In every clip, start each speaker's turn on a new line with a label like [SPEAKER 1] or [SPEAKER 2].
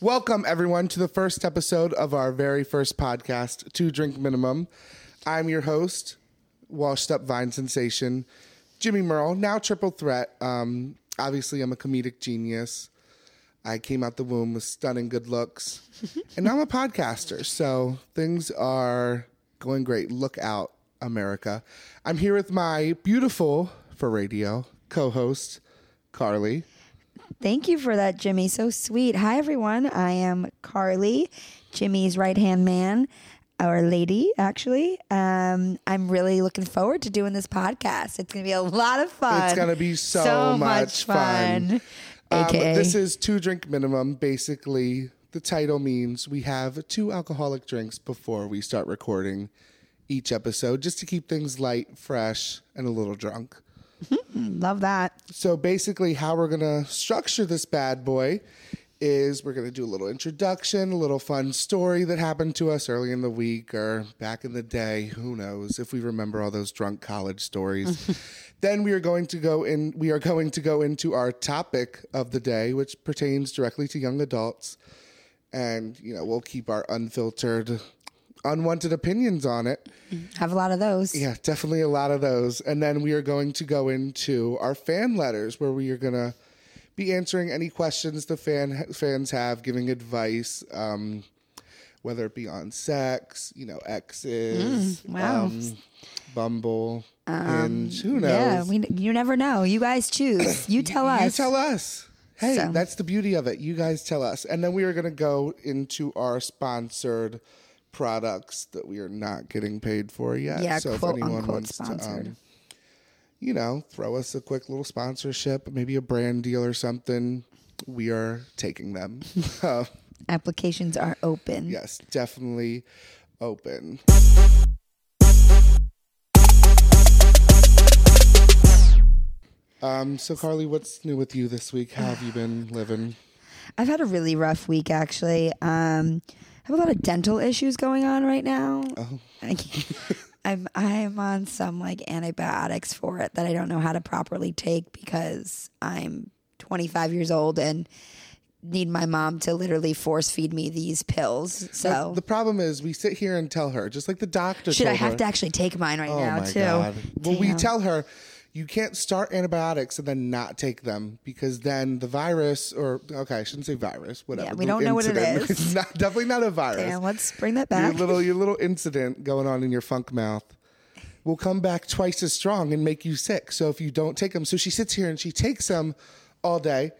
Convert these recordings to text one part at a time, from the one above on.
[SPEAKER 1] Welcome, everyone, to the first episode of our very first podcast, To Drink Minimum. I'm your host, washed up Vine sensation, Jimmy Merle, now Triple Threat. Um, obviously, I'm a comedic genius. I came out the womb with stunning good looks, and now I'm a podcaster. So things are going great. Look out, America. I'm here with my beautiful, for radio, co host, Carly.
[SPEAKER 2] Thank you for that, Jimmy. So sweet. Hi, everyone. I am Carly, Jimmy's right hand man, or lady, actually. Um, I'm really looking forward to doing this podcast. It's going to be a lot of fun.
[SPEAKER 1] It's gonna be so, much, fun. Um,
[SPEAKER 2] AKA.
[SPEAKER 1] this is two drink minimum. Basically, the title means we have two alcoholic drinks before we start recording each episode, just to keep things light, fresh, and a little drunk.
[SPEAKER 2] Love that.
[SPEAKER 1] So basically, how we're gonna structure this bad boy is we're gonna do a little introduction, a little fun story that happened to us early in the week or back in the day. Who knows if we remember all those drunk college stories? then we are going to go in. We are going to go into our topic of the day, which pertains directly to young adults, and you know we'll keep our unfiltered, unwanted opinions on it.
[SPEAKER 2] Have a lot of those.
[SPEAKER 1] Yeah, definitely a lot of those. And then we are going to go into our fan letters where we are going to be answering any questions the fan fans have, giving advice, um, whether it be on sex, you know, exes,
[SPEAKER 2] Mm, wow. Um,
[SPEAKER 1] um, Bumble, Hinge, who knows?
[SPEAKER 2] Yeah, we, you never know. You guys choose. You tell us.
[SPEAKER 1] You tell us. Hey,
[SPEAKER 2] So-
[SPEAKER 1] that's the beauty of it. You guys tell us. And then we are going to go into our sponsored products that we are not getting paid for yet.
[SPEAKER 2] Yeah,
[SPEAKER 1] so
[SPEAKER 2] quote,
[SPEAKER 1] if anyone
[SPEAKER 2] unquote,
[SPEAKER 1] wants
[SPEAKER 2] sponsored.
[SPEAKER 1] to, um, you know, throw us a quick little sponsorship, maybe a brand deal or something, we are taking them. Uh,
[SPEAKER 2] Applications are open.
[SPEAKER 1] yes, definitely open. Um, so Carly, what's new with you this week? How have you been living?
[SPEAKER 2] I've had a really rough week, actually. Um, I have a lot of dental issues going on right now.
[SPEAKER 1] Oh.
[SPEAKER 2] I can't- I'm I'm on some like antibiotics for it that I don't know how to properly take because I'm 25 years old and need my mom to literally force feed me these pills. So
[SPEAKER 1] The problem is we sit here and tell her, just like the doctor.
[SPEAKER 2] should I
[SPEAKER 1] told
[SPEAKER 2] have
[SPEAKER 1] her.
[SPEAKER 2] to actually take mine right
[SPEAKER 1] Oh
[SPEAKER 2] now
[SPEAKER 1] my
[SPEAKER 2] too?
[SPEAKER 1] god! Well, we
[SPEAKER 2] Damn.
[SPEAKER 1] tell her you can't start antibiotics and then not take them because then the virus, or okay, I shouldn't say virus, whatever.
[SPEAKER 2] we
[SPEAKER 1] little
[SPEAKER 2] don't know what it
[SPEAKER 1] incident.
[SPEAKER 2] is.
[SPEAKER 1] It's not, definitely not a virus.
[SPEAKER 2] Damn, let's bring that
[SPEAKER 1] your
[SPEAKER 2] back.
[SPEAKER 1] little your little incident going on in your funk mouth will come back twice as strong and make you sick. So if you don't take them, so she sits here and she takes them all day,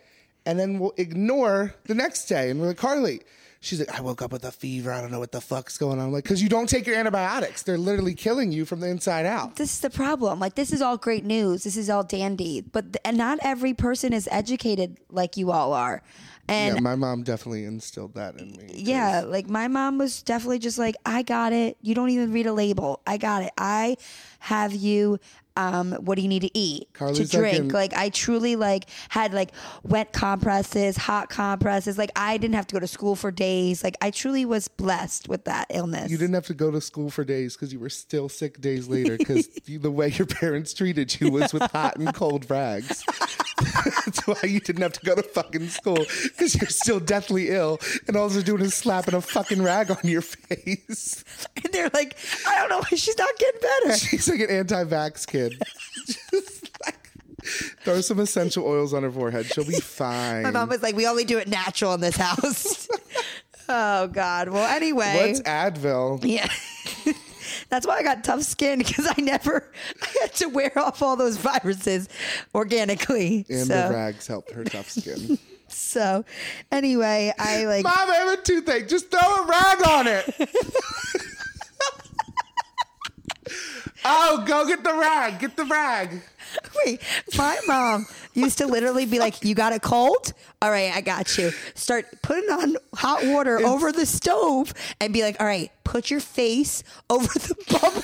[SPEAKER 1] and then we'll ignore the next day. And we're like, Carly, she's like, I woke up with a fever. I don't know what the fuck's going on. I'm like, because you don't take your antibiotics, they're literally killing you from the inside out.
[SPEAKER 2] this is the problem. Like this is all great news. This is all dandy, but th- and not every person is educated like you all are. And
[SPEAKER 1] Yeah, my mom definitely instilled that in me.
[SPEAKER 2] Yeah, like my mom was definitely just like, I got it. You don't even read a label. I got it. I have you. Um, what do you need to eat
[SPEAKER 1] Carly's
[SPEAKER 2] to
[SPEAKER 1] like
[SPEAKER 2] drink?
[SPEAKER 1] in-
[SPEAKER 2] Like, I truly like had like wet compresses, hot compresses. Like I didn't have to go to school for days. Like I truly was blessed with that illness.
[SPEAKER 1] You didn't have to go to school for days because you were still sick days later because the way your parents treated you was with hot and cold rags. That's why you didn't have to go to fucking school because you're still deathly ill and all they're doing is slapping a fucking rag on your face.
[SPEAKER 2] and they're like, I don't know why she's not getting better.
[SPEAKER 1] She's like an anti vax kid. Just like, throw some essential oils on her forehead. She'll be fine.
[SPEAKER 2] My mom was like, we only do it natural in this house. oh God. Well, anyway,
[SPEAKER 1] What's Advil?
[SPEAKER 2] Yeah. That's why I got tough skin because I never I had to wear off all those viruses organically.
[SPEAKER 1] And
[SPEAKER 2] so,
[SPEAKER 1] the rags helped her tough skin.
[SPEAKER 2] so anyway, I like
[SPEAKER 1] Mom, I have a toothache. Just throw a rag on it. oh, go get the rag. Get the rag.
[SPEAKER 2] wait, my mom used to literally be like, You got a cold? All right, I got you. Start putting on hot water over the stove and be like, All right, put your face over the bubbling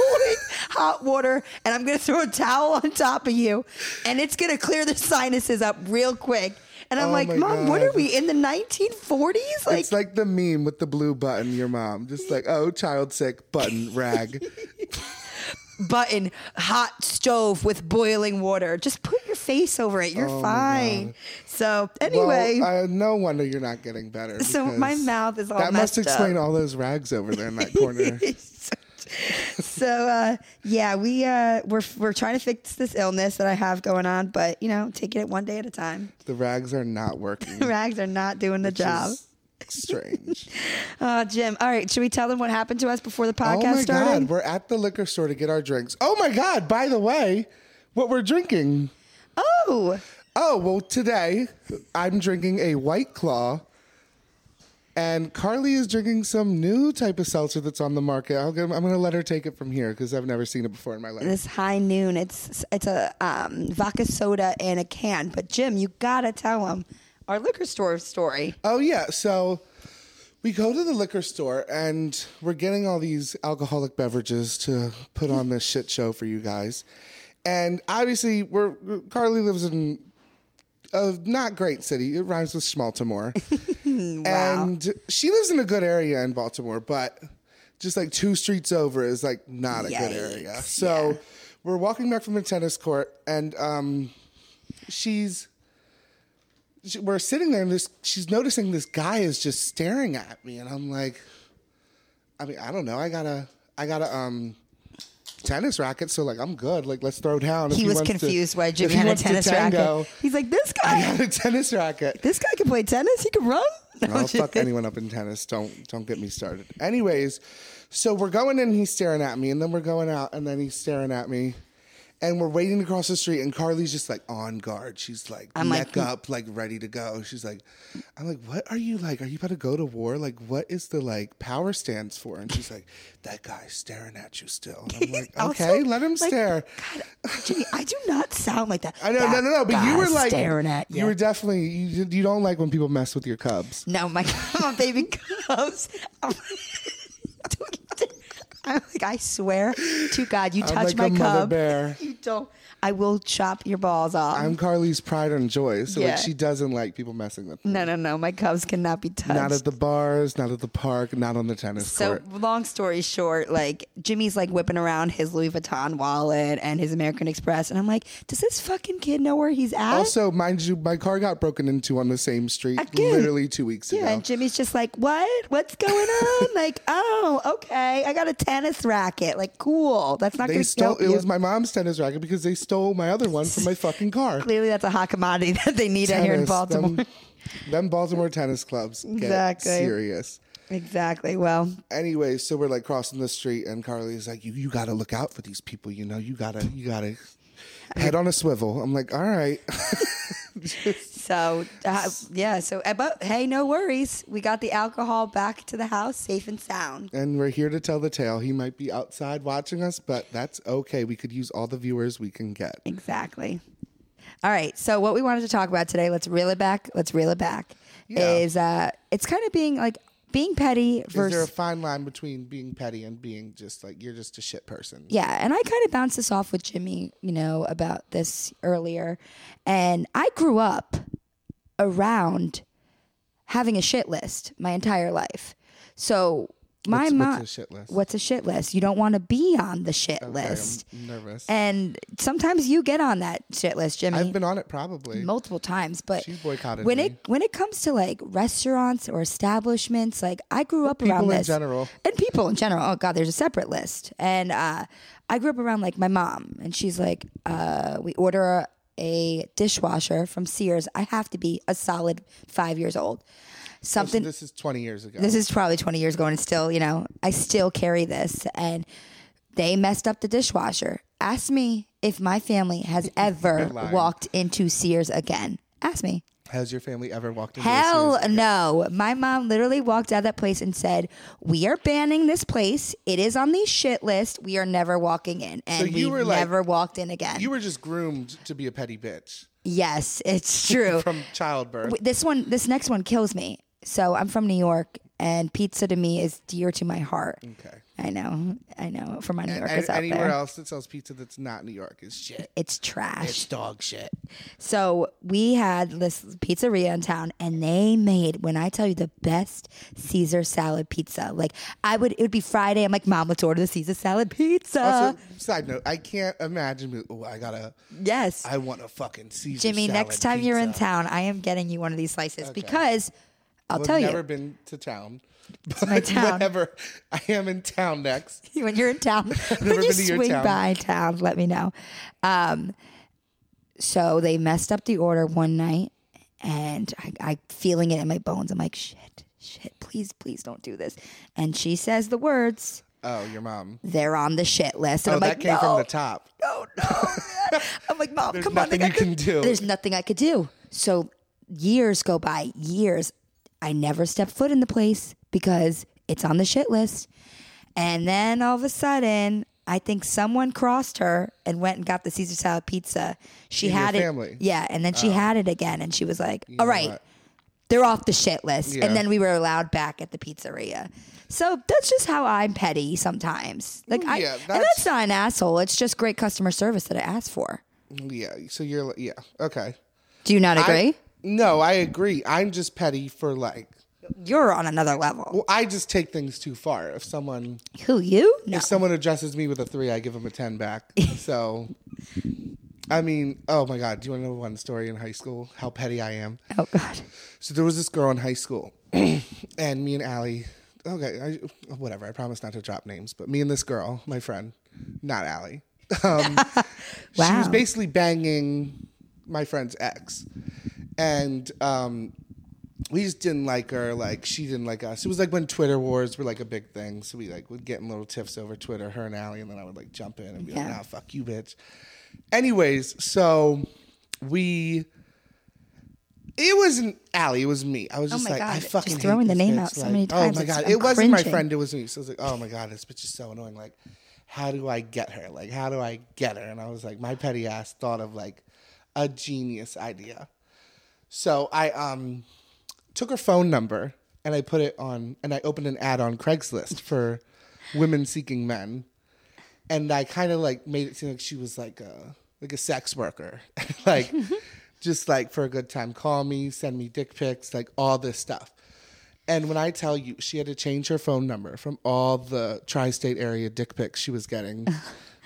[SPEAKER 2] hot water and I'm gonna throw a towel on top of you and it's gonna clear the sinuses up real quick. And I'm
[SPEAKER 1] Oh
[SPEAKER 2] like,
[SPEAKER 1] my
[SPEAKER 2] Mom, what are
[SPEAKER 1] God.
[SPEAKER 2] we in the 1940s? Like,
[SPEAKER 1] It's like the meme with the blue button, your mom. Just like, oh, child sick, button, rag.
[SPEAKER 2] button hot stove with boiling water. Just put your face over it. You're fine. So anyway,
[SPEAKER 1] Oh well, uh, no wonder you're not getting better.
[SPEAKER 2] So my
[SPEAKER 1] because
[SPEAKER 2] mouth is all
[SPEAKER 1] That must
[SPEAKER 2] messed up.
[SPEAKER 1] explain all those rags over there in that corner.
[SPEAKER 2] so uh, yeah, we uh, we're we're trying to fix this illness that I have going on, but you know, taking it one day at a time.
[SPEAKER 1] the rags are not working.
[SPEAKER 2] Rags are not doing the
[SPEAKER 1] which
[SPEAKER 2] job.
[SPEAKER 1] is Strange.
[SPEAKER 2] Uh, Jim, all right, should we tell them what happened to us before the
[SPEAKER 1] oh
[SPEAKER 2] podcast
[SPEAKER 1] my
[SPEAKER 2] started?
[SPEAKER 1] god, we're at the liquor store to get our drinks. Oh my god, by the way, what we're drinking.
[SPEAKER 2] Oh,
[SPEAKER 1] Oh, well, today I'm drinking a White Claw, and Carly is drinking some new type of seltzer that's on the market. I'll give, I'm going to let her take it from here because I've never seen it before in my life.
[SPEAKER 2] this high noon. It's it's a um, vodka soda in a can. But Jim, you gotta tell them our liquor store story.
[SPEAKER 1] Oh, yeah. So we go to the liquor store, and we're getting all these alcoholic beverages to put on this shit show for you guys. And obviously, we're Carly lives in a not great city. It rhymes with Schmaltimore. And she lives in a good area in Baltimore, but just like two streets over is like not a good area.
[SPEAKER 2] Yikes,
[SPEAKER 1] So
[SPEAKER 2] yeah.
[SPEAKER 1] we're walking back from the tennis court and um, she's she, we're sitting there and this she's noticing this guy is just staring at me and I'm like I mean, I don't know. I got a I got a um tennis racket, so like I'm good. Like let's throw down. If
[SPEAKER 2] He was
[SPEAKER 1] wants to-
[SPEAKER 2] confused why
[SPEAKER 1] if
[SPEAKER 2] Jimmy
[SPEAKER 1] he
[SPEAKER 2] had a
[SPEAKER 1] wants to
[SPEAKER 2] tennis
[SPEAKER 1] tango,
[SPEAKER 2] racket. He's like, this
[SPEAKER 1] I
[SPEAKER 2] guy,
[SPEAKER 1] got a tennis racket.
[SPEAKER 2] this guy can play tennis. He can run.
[SPEAKER 1] I'll fuck anyone up in tennis. Don't don't get me started. Anyways, so we're going in, he's staring at me, and then we're going out, and then he's staring at me. And we're waiting to cross the street, and Carly's just like on guard. She's like
[SPEAKER 2] I'm like,
[SPEAKER 1] neck up, like ready to go. She's like, I'm like, what are you like? Are you about to go to war? Like, what is the like power stands for? And she's like, that guy's staring at you still. And I'm like,
[SPEAKER 2] Also,
[SPEAKER 1] okay, let him
[SPEAKER 2] like,
[SPEAKER 1] stare.
[SPEAKER 2] Jimmy, I do not sound like that.
[SPEAKER 1] I know, no,
[SPEAKER 2] That
[SPEAKER 1] no, no. But you were
[SPEAKER 2] guy's
[SPEAKER 1] like
[SPEAKER 2] staring at you.
[SPEAKER 1] You were definitely you, you don't like when people mess with your cubs.
[SPEAKER 2] no, my, my baby cubs. I'm like, I swear to God, you touch
[SPEAKER 1] like
[SPEAKER 2] my
[SPEAKER 1] a mother
[SPEAKER 2] cub.
[SPEAKER 1] bear.
[SPEAKER 2] You don't. I will chop your balls off.
[SPEAKER 1] I'm Carly's pride and joy, so
[SPEAKER 2] Yeah.
[SPEAKER 1] like she doesn't like people messing with. her.
[SPEAKER 2] no, no, no. My cubs cannot be touched.
[SPEAKER 1] Not at the bars, not at the park, not on the tennis
[SPEAKER 2] So
[SPEAKER 1] court.
[SPEAKER 2] long story short, like Jimmy's like whipping around his Louis Vuitton wallet and his American Express, and I'm like, does this fucking kid know where he's at?
[SPEAKER 1] Also, mind you, my car got broken into on the same street
[SPEAKER 2] Again.
[SPEAKER 1] literally two weeks
[SPEAKER 2] yeah,
[SPEAKER 1] ago.
[SPEAKER 2] and Jimmy's just like, what? What's going on? like, oh, okay, I got a tennis racket. Like, cool. That's not
[SPEAKER 1] They
[SPEAKER 2] going to
[SPEAKER 1] stole
[SPEAKER 2] help
[SPEAKER 1] it
[SPEAKER 2] you.
[SPEAKER 1] was my mom's tennis racket because they stole my other one from my fucking car.
[SPEAKER 2] Clearly, that's a hot commodity that they need out here in
[SPEAKER 1] Tennis, um,
[SPEAKER 2] Baltimore.
[SPEAKER 1] Them, them Baltimore tennis clubs get
[SPEAKER 2] Exactly.
[SPEAKER 1] serious.
[SPEAKER 2] exactly. Well,
[SPEAKER 1] anyway, so we're like crossing the street, and Carly's like, "You you gotta look out for these people. You know, you gotta you gotta head on a swivel." I'm like, "All right."
[SPEAKER 2] so uh, yeah. So, uh, but hey, no worries. We got the alcohol back to the house, safe and sound.
[SPEAKER 1] and we're here to tell the tale. He might be outside watching us, but that's okay. We could use all the viewers we can get.
[SPEAKER 2] Exactly. All right. So what we wanted to talk about today, let's reel it back. Let's reel it back.
[SPEAKER 1] Yeah.
[SPEAKER 2] Is uh, it's kind of being like being petty
[SPEAKER 1] Is there a
[SPEAKER 2] versus
[SPEAKER 1] fine line between being petty and being just like you're just a shit person?
[SPEAKER 2] yeah. And I kind of bounced this off with Jimmy, you know, about this earlier. And I grew up around having a shit list my entire life. So my
[SPEAKER 1] What's-
[SPEAKER 2] mom,
[SPEAKER 1] what's a shit list?
[SPEAKER 2] What's a shit list? You don't want to be on the shit
[SPEAKER 1] Okay, um,
[SPEAKER 2] list.
[SPEAKER 1] I'm nervous.
[SPEAKER 2] And sometimes you get on that shit list, Jimmy.
[SPEAKER 1] I've been on it probably.
[SPEAKER 2] multiple times but
[SPEAKER 1] She's boycotted
[SPEAKER 2] when
[SPEAKER 1] me.
[SPEAKER 2] it when it comes to like restaurants or establishments like i grew up around
[SPEAKER 1] People in
[SPEAKER 2] this
[SPEAKER 1] general.
[SPEAKER 2] and people in general oh god there's a separate list and uh, i grew up around like my mom and she's like uh, we order a dishwasher from sears i have to be a solid five years old
[SPEAKER 1] So
[SPEAKER 2] something
[SPEAKER 1] this is 20 years ago.
[SPEAKER 2] this is probably 20 years ago and it's still you know i still carry this and they messed up the dishwasher ask me if my family has ever
[SPEAKER 1] lying.
[SPEAKER 2] walked into sears again ask me
[SPEAKER 1] Has your family ever walked into a
[SPEAKER 2] hell
[SPEAKER 1] Sears?
[SPEAKER 2] no my mom literally walked out of that place and said we are banning this place it is on the shit list we are never walking in and
[SPEAKER 1] you
[SPEAKER 2] we
[SPEAKER 1] were, like-
[SPEAKER 2] never walked in again
[SPEAKER 1] You were just groomed to be a petty bitch
[SPEAKER 2] yes it's true
[SPEAKER 1] from childbirth.
[SPEAKER 2] Wait, this one this next one kills me so i'm from new york and pizza to me is dear to my heart.
[SPEAKER 1] Okay.
[SPEAKER 2] I know, I know. For my New
[SPEAKER 1] And
[SPEAKER 2] Yorkers out
[SPEAKER 1] anywhere
[SPEAKER 2] there,
[SPEAKER 1] else that sells pizza that's not New York is shit.
[SPEAKER 2] it's trash.
[SPEAKER 1] dog shit.
[SPEAKER 2] So we had this pizzeria in town, and they made when I tell you the best Caesar salad pizza. Like I would, it would be Friday. I'm like, Mom, let's order the Caesar salad pizza.
[SPEAKER 1] Also, side note, I can't imagine. me- Oh, I gotta.
[SPEAKER 2] yes,
[SPEAKER 1] I want a fucking Caesar.
[SPEAKER 2] Jimmy.
[SPEAKER 1] salad
[SPEAKER 2] Next time you're in
[SPEAKER 1] pizza.
[SPEAKER 2] town, I am getting you one of these slices because I'll
[SPEAKER 1] Well,
[SPEAKER 2] tell
[SPEAKER 1] I've
[SPEAKER 2] you
[SPEAKER 1] never been to town. But
[SPEAKER 2] my town.
[SPEAKER 1] Whatever. I am in town next.
[SPEAKER 2] when you're in town, when
[SPEAKER 1] never
[SPEAKER 2] you
[SPEAKER 1] been to your
[SPEAKER 2] swing
[SPEAKER 1] town.
[SPEAKER 2] by town, let me know. Um, so they messed up the order one night, and I, I feeling it in my bones. I'm like, shit, shit, please, please don't do this. And she says the words,
[SPEAKER 1] Oh, your mom.
[SPEAKER 2] "They're on the shit list." And
[SPEAKER 1] Oh,
[SPEAKER 2] I'm
[SPEAKER 1] that
[SPEAKER 2] like,
[SPEAKER 1] came
[SPEAKER 2] no,
[SPEAKER 1] from the top.
[SPEAKER 2] no, no. I'm like, mom, come on,
[SPEAKER 1] nothing
[SPEAKER 2] like,
[SPEAKER 1] you
[SPEAKER 2] I
[SPEAKER 1] can do.
[SPEAKER 2] There's nothing I could do. So years go by, years. I never step foot in the place because it's on the shit list. And then all of a sudden, I think someone crossed her and went and got the Caesar salad pizza. She
[SPEAKER 1] In your
[SPEAKER 2] had it,
[SPEAKER 1] family? Oh.
[SPEAKER 2] yeah, and then she had it again, and she was like, "All
[SPEAKER 1] know
[SPEAKER 2] right,
[SPEAKER 1] what?
[SPEAKER 2] they're off the shit list."
[SPEAKER 1] Yeah.
[SPEAKER 2] And then we were allowed back at the pizzeria. So that's just how I'm petty sometimes. Like I,
[SPEAKER 1] yeah,
[SPEAKER 2] and
[SPEAKER 1] that's-
[SPEAKER 2] that's not an asshole. It's just great customer service that I asked for.
[SPEAKER 1] Yeah. So you're like, yeah. Okay.
[SPEAKER 2] Do you not agree?
[SPEAKER 1] I, no, I agree. I'm just petty for like,
[SPEAKER 2] You're on another level.
[SPEAKER 1] well, I just take things too far. If someone
[SPEAKER 2] Who you? No.
[SPEAKER 1] if someone addresses me with a three, I give them a ten back. so, I mean, oh my god, do you want to know one story in high school? How petty I am.
[SPEAKER 2] Oh God.
[SPEAKER 1] So there was this girl in high school, and me and Allie. Okay, I, whatever. I promise not to drop names, but me and this girl, my friend, not Allie. Um, She was
[SPEAKER 2] Wow.
[SPEAKER 1] basically banging my friend's ex, and um, we just didn't like her. Like she didn't like us. It was like when Twitter wars were like a big thing, so we like would get in little tiffs over Twitter, her and Allie, and then I would like jump in and be like,
[SPEAKER 2] Yeah.
[SPEAKER 1] "Nah, fuck you, bitch." Anyways, so we. It wasn't Allie. It was me. I was just
[SPEAKER 2] Oh my
[SPEAKER 1] like,
[SPEAKER 2] God,
[SPEAKER 1] I
[SPEAKER 2] just
[SPEAKER 1] fucking hate
[SPEAKER 2] throwing the
[SPEAKER 1] this
[SPEAKER 2] name
[SPEAKER 1] bitch.
[SPEAKER 2] out so
[SPEAKER 1] Like,
[SPEAKER 2] many times,
[SPEAKER 1] Oh my
[SPEAKER 2] it's-
[SPEAKER 1] god,
[SPEAKER 2] I'm
[SPEAKER 1] it wasn't my
[SPEAKER 2] cringing.
[SPEAKER 1] friend. It was me. So I was like, oh my god, this bitch is so annoying. Like, how do I get her? Like, how do I get her? And I was like, my petty ass thought of like a genius idea. So I um took her phone number and I put it on and I opened an ad on Craigslist for women seeking men. And I kind of like made it seem like she was like a like a sex worker. like just like for a good time call me, send me dick pics, like all this stuff. And when I tell you she had to change her phone number from all the tri-state area dick pics she was getting.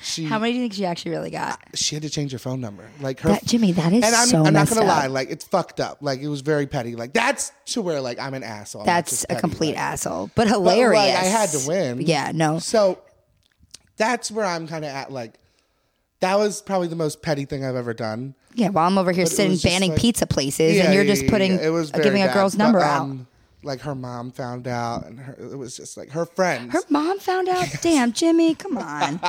[SPEAKER 1] She
[SPEAKER 2] How many do you think she actually really got?
[SPEAKER 1] she had to change her phone number. Like her,
[SPEAKER 2] That- Jimmy, that is
[SPEAKER 1] And I'm,
[SPEAKER 2] so
[SPEAKER 1] I'm not
[SPEAKER 2] messed
[SPEAKER 1] gonna
[SPEAKER 2] up.
[SPEAKER 1] lie, like it's fucked up. Like it was very petty. Like that's to where like I'm an asshole.
[SPEAKER 2] That's
[SPEAKER 1] Just
[SPEAKER 2] a
[SPEAKER 1] petty,
[SPEAKER 2] complete
[SPEAKER 1] like-
[SPEAKER 2] asshole,
[SPEAKER 1] but,
[SPEAKER 2] but hilarious.
[SPEAKER 1] Like, I had to win.
[SPEAKER 2] Yeah. No.
[SPEAKER 1] So that's where I'm kind of at. Like that was probably the most petty thing I've ever done.
[SPEAKER 2] Yeah. While I'm over here
[SPEAKER 1] it
[SPEAKER 2] sitting
[SPEAKER 1] was just
[SPEAKER 2] banning
[SPEAKER 1] like-
[SPEAKER 2] pizza places, and you're just putting
[SPEAKER 1] yeah,
[SPEAKER 2] uh,
[SPEAKER 1] very
[SPEAKER 2] giving a
[SPEAKER 1] bad,
[SPEAKER 2] girl's
[SPEAKER 1] but,
[SPEAKER 2] number out.
[SPEAKER 1] um, Like her mom found out, and her, it was just like her friends.
[SPEAKER 2] Her mom found out. Damn, Jimmy, come on.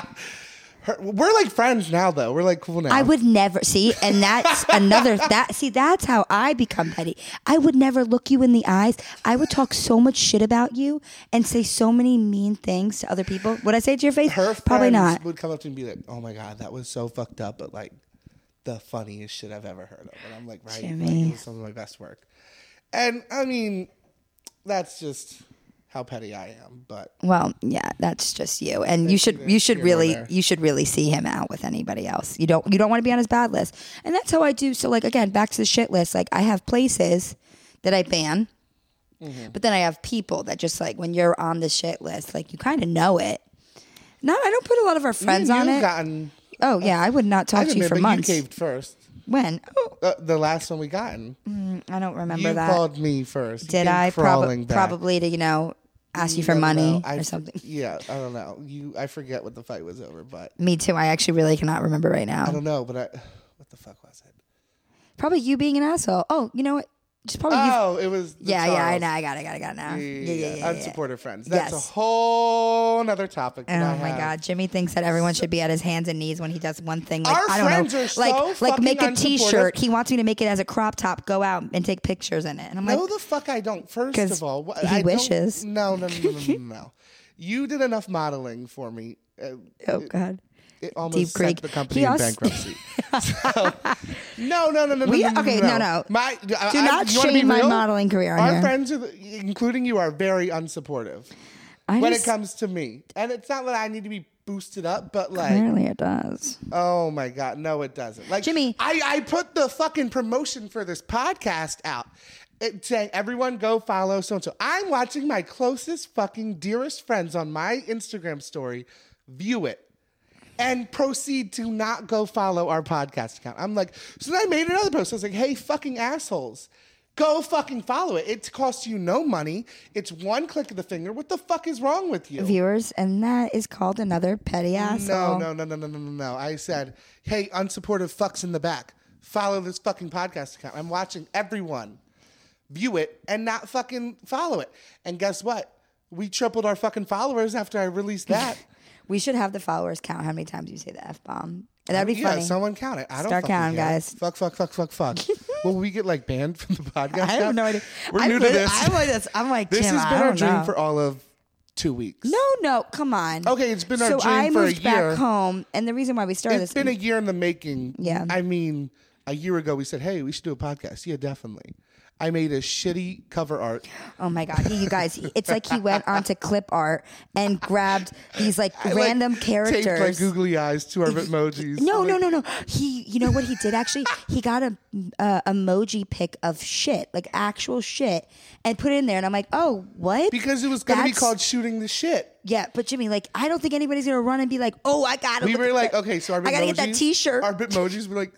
[SPEAKER 1] Her- we're like friends now, though. We're like cool now.
[SPEAKER 2] I would never see, and that's another that. See, that's how I become petty. I would never look you in the eyes. I would talk so much shit about you and say so many mean things to other people. Would I say it to your face?
[SPEAKER 1] her
[SPEAKER 2] Probably
[SPEAKER 1] friends
[SPEAKER 2] not.
[SPEAKER 1] would come up to me and be like, "Oh my god, that was so fucked up," but like the funniest shit I've ever heard of. And I'm like, right, like,
[SPEAKER 2] Jimmy.
[SPEAKER 1] it was some of my best work. And I mean, that's just how petty I am. But
[SPEAKER 2] Well, yeah, that's just you, and you should you should
[SPEAKER 1] you're going
[SPEAKER 2] really
[SPEAKER 1] there.
[SPEAKER 2] you should really see him out with anybody else. You don't you don't want to be on his bad list, and that's how I do. So like again, back to the shit list. Like I have places that I ban,
[SPEAKER 1] Mm-hmm.
[SPEAKER 2] but then I have people that just like when you're on the shit list, like you kind of know it. No, I don't put a lot of our friends
[SPEAKER 1] you've
[SPEAKER 2] on it.
[SPEAKER 1] gotten.
[SPEAKER 2] oh yeah, I would not
[SPEAKER 1] I
[SPEAKER 2] talk to you
[SPEAKER 1] remember
[SPEAKER 2] for
[SPEAKER 1] you
[SPEAKER 2] months.
[SPEAKER 1] caved first.
[SPEAKER 2] when? Oh,
[SPEAKER 1] Uh, the last one we gotten,
[SPEAKER 2] I don't remember
[SPEAKER 1] you
[SPEAKER 2] that.
[SPEAKER 1] called me first. You
[SPEAKER 2] Did
[SPEAKER 1] came
[SPEAKER 2] I
[SPEAKER 1] crawling
[SPEAKER 2] Prob-
[SPEAKER 1] back.
[SPEAKER 2] probably to you know ask you
[SPEAKER 1] I
[SPEAKER 2] for
[SPEAKER 1] don't
[SPEAKER 2] money
[SPEAKER 1] know. I-
[SPEAKER 2] or something?
[SPEAKER 1] Yeah, I don't know. You, I forget what the fight was over, but
[SPEAKER 2] Me too. I actually really cannot remember right now.
[SPEAKER 1] I don't know. But I, what the fuck was it?
[SPEAKER 2] Probably you being an asshole. Oh, you know what? Just probably you.
[SPEAKER 1] Oh, it was. the
[SPEAKER 2] Yeah, yeah, I
[SPEAKER 1] Charles.
[SPEAKER 2] know. I got it, I got it, I got it now. Uh, Yeah, yeah, yeah. yeah, yeah.
[SPEAKER 1] unsupportive uh, friends. That's
[SPEAKER 2] Yes.
[SPEAKER 1] a whole other topic. that I
[SPEAKER 2] Oh my
[SPEAKER 1] have.
[SPEAKER 2] God, Jimmy thinks that everyone should be at his hands and knees when he does one thing. Like
[SPEAKER 1] Our
[SPEAKER 2] I don't
[SPEAKER 1] friends
[SPEAKER 2] know,
[SPEAKER 1] are so
[SPEAKER 2] like like
[SPEAKER 1] fucking
[SPEAKER 2] make a
[SPEAKER 1] unsupportive.
[SPEAKER 2] T-shirt. He wants me to make it as a crop top. Go out and take pictures in it. And I'm
[SPEAKER 1] No,
[SPEAKER 2] like,
[SPEAKER 1] the fuck I don't. First
[SPEAKER 2] 'Cause
[SPEAKER 1] of all, what,
[SPEAKER 2] he
[SPEAKER 1] I don't-
[SPEAKER 2] wishes.
[SPEAKER 1] No, no, no, no, no, no, no. You did enough modeling for me. Uh,
[SPEAKER 2] oh God.
[SPEAKER 1] it almost
[SPEAKER 2] Deep
[SPEAKER 1] set
[SPEAKER 2] Creek.
[SPEAKER 1] the company
[SPEAKER 2] He
[SPEAKER 1] in
[SPEAKER 2] also-
[SPEAKER 1] bankruptcy. so, no, no, no, no,
[SPEAKER 2] We-
[SPEAKER 1] no, no,
[SPEAKER 2] okay, no, no.
[SPEAKER 1] My, do
[SPEAKER 2] not shame my modeling career on
[SPEAKER 1] Our
[SPEAKER 2] here.
[SPEAKER 1] friends, are the, including you, are very unsupportive
[SPEAKER 2] I
[SPEAKER 1] when
[SPEAKER 2] just-
[SPEAKER 1] it comes to me, and it's not that I need to be boosted up, but like,
[SPEAKER 2] Apparently it does.
[SPEAKER 1] oh my god, no, it doesn't. Like,
[SPEAKER 2] Jimmy-
[SPEAKER 1] I, I put the fucking promotion for this podcast out. It saying everyone go follow so and so. I'm watching my closest fucking dearest friends on my Instagram story view it and proceed to not go follow our podcast account. I'm like, so then I made another post. I was like, hey, fucking assholes, go fucking follow it. It costs you no money. It's one click of the finger. What the fuck is wrong with you?
[SPEAKER 2] Viewers, and that is called another petty asshole.
[SPEAKER 1] No, no, no, no, no, no, no, no. I said, hey, unsupportive fucks in the back, follow this fucking podcast account. I'm watching everyone view it and not fucking follow it. And guess what? We tripled our fucking followers after I released that.
[SPEAKER 2] We should have the followers count how many times you say the F bomb. That'd be
[SPEAKER 1] yeah,
[SPEAKER 2] funny.
[SPEAKER 1] someone count it. I don't
[SPEAKER 2] Start
[SPEAKER 1] fucking
[SPEAKER 2] counting,
[SPEAKER 1] care.
[SPEAKER 2] guys.
[SPEAKER 1] Fuck, fuck, fuck, fuck, fuck. Will we get like banned from the podcast?
[SPEAKER 2] I
[SPEAKER 1] now?
[SPEAKER 2] have no idea.
[SPEAKER 1] We're
[SPEAKER 2] I
[SPEAKER 1] new to
[SPEAKER 2] lit-
[SPEAKER 1] this.
[SPEAKER 2] I'm like, this- I'm like,
[SPEAKER 1] this
[SPEAKER 2] Jim,
[SPEAKER 1] has been
[SPEAKER 2] I
[SPEAKER 1] our
[SPEAKER 2] don't
[SPEAKER 1] dream
[SPEAKER 2] know.
[SPEAKER 1] for all of two weeks.
[SPEAKER 2] No, no, come on.
[SPEAKER 1] Okay, it's been our
[SPEAKER 2] so
[SPEAKER 1] dream
[SPEAKER 2] I
[SPEAKER 1] for a
[SPEAKER 2] moved back
[SPEAKER 1] year.
[SPEAKER 2] home, and the reason why we started
[SPEAKER 1] It's
[SPEAKER 2] this
[SPEAKER 1] been a year in the making.
[SPEAKER 2] Yeah.
[SPEAKER 1] I mean, a year ago we said, hey, we should do a podcast. Yeah, definitely. I made a shitty cover art.
[SPEAKER 2] Oh my god, he, you guys! he- It's like he went onto clip art and grabbed these like random
[SPEAKER 1] like,
[SPEAKER 2] characters.
[SPEAKER 1] Taped like googly eyes to our emojis.
[SPEAKER 2] no,
[SPEAKER 1] Like,
[SPEAKER 2] no, no, no. He, you know what he did actually? He got a uh, emoji pic of shit, like actual shit, and put it in there. And I'm like, oh, what?
[SPEAKER 1] Because it was going to be
[SPEAKER 2] That's-
[SPEAKER 1] called Shooting the Shit.
[SPEAKER 2] Yeah, but Jimmy, like, I don't think anybody's gonna run and be like, oh, I got it.
[SPEAKER 1] We were like, okay, so our
[SPEAKER 2] I gotta get that
[SPEAKER 1] Bitmojis-
[SPEAKER 2] T-shirt.
[SPEAKER 1] Our Bitmojis were like,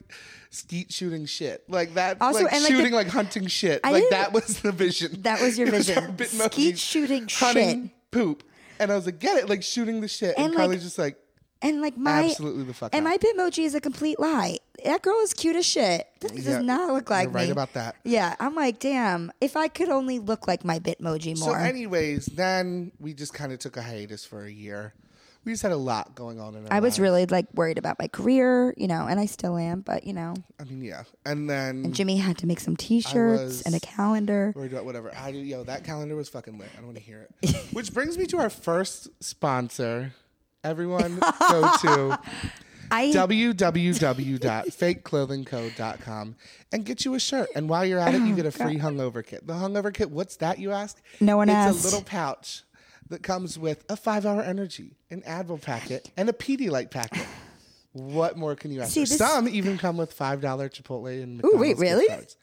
[SPEAKER 1] skeet shooting shit. Like that,
[SPEAKER 2] Also,
[SPEAKER 1] like
[SPEAKER 2] and, like, the-
[SPEAKER 1] shooting, like, hunting shit.
[SPEAKER 2] I
[SPEAKER 1] like
[SPEAKER 2] didn't-
[SPEAKER 1] that was the vision.
[SPEAKER 2] That was your
[SPEAKER 1] It
[SPEAKER 2] vision.
[SPEAKER 1] our Bitmojis
[SPEAKER 2] Skeet shooting
[SPEAKER 1] hunting
[SPEAKER 2] shit.
[SPEAKER 1] poop. And I was like, get it, like shooting the shit. And,
[SPEAKER 2] And, like-
[SPEAKER 1] Carly's just like,
[SPEAKER 2] and like my
[SPEAKER 1] Absolutely the fuck
[SPEAKER 2] and
[SPEAKER 1] not.
[SPEAKER 2] my Bitmoji is a complete lie. That girl is cute as shit. That
[SPEAKER 1] Yeah,
[SPEAKER 2] does not look like
[SPEAKER 1] you're right
[SPEAKER 2] me.
[SPEAKER 1] about that.
[SPEAKER 2] Yeah, I'm like, damn. If I could only look like my Bitmoji
[SPEAKER 1] So,
[SPEAKER 2] more.
[SPEAKER 1] anyways, then we just kind of took a hiatus for a year. We just had a lot going on in our
[SPEAKER 2] I was
[SPEAKER 1] lives.
[SPEAKER 2] really like worried about my career, you know, and I still am, but you know,
[SPEAKER 1] I mean, yeah. And then
[SPEAKER 2] Jimmy had to make some T-shirts
[SPEAKER 1] Mm. was-
[SPEAKER 2] and a calendar.
[SPEAKER 1] worried about whatever. I do, yo, that calendar was fucking lit. I don't want to hear it. Which brings me to our first sponsor. Everyone go to
[SPEAKER 2] I
[SPEAKER 1] www.fakeclothingco.com and get you a shirt. And while you're at it, you get a free hungover kit. The hungover kit, what's that, you ask?
[SPEAKER 2] Oh, No one
[SPEAKER 1] it's
[SPEAKER 2] asked.
[SPEAKER 1] a little pouch that comes with a five hour energy, an Advil packet, and a Pedialyte packet. What more can you ask?
[SPEAKER 2] See,
[SPEAKER 1] for?
[SPEAKER 2] this-
[SPEAKER 1] Some even come with $5 Chipotle and
[SPEAKER 2] Ooh,
[SPEAKER 1] McDonald's
[SPEAKER 2] wait,
[SPEAKER 1] gift
[SPEAKER 2] really?
[SPEAKER 1] cards.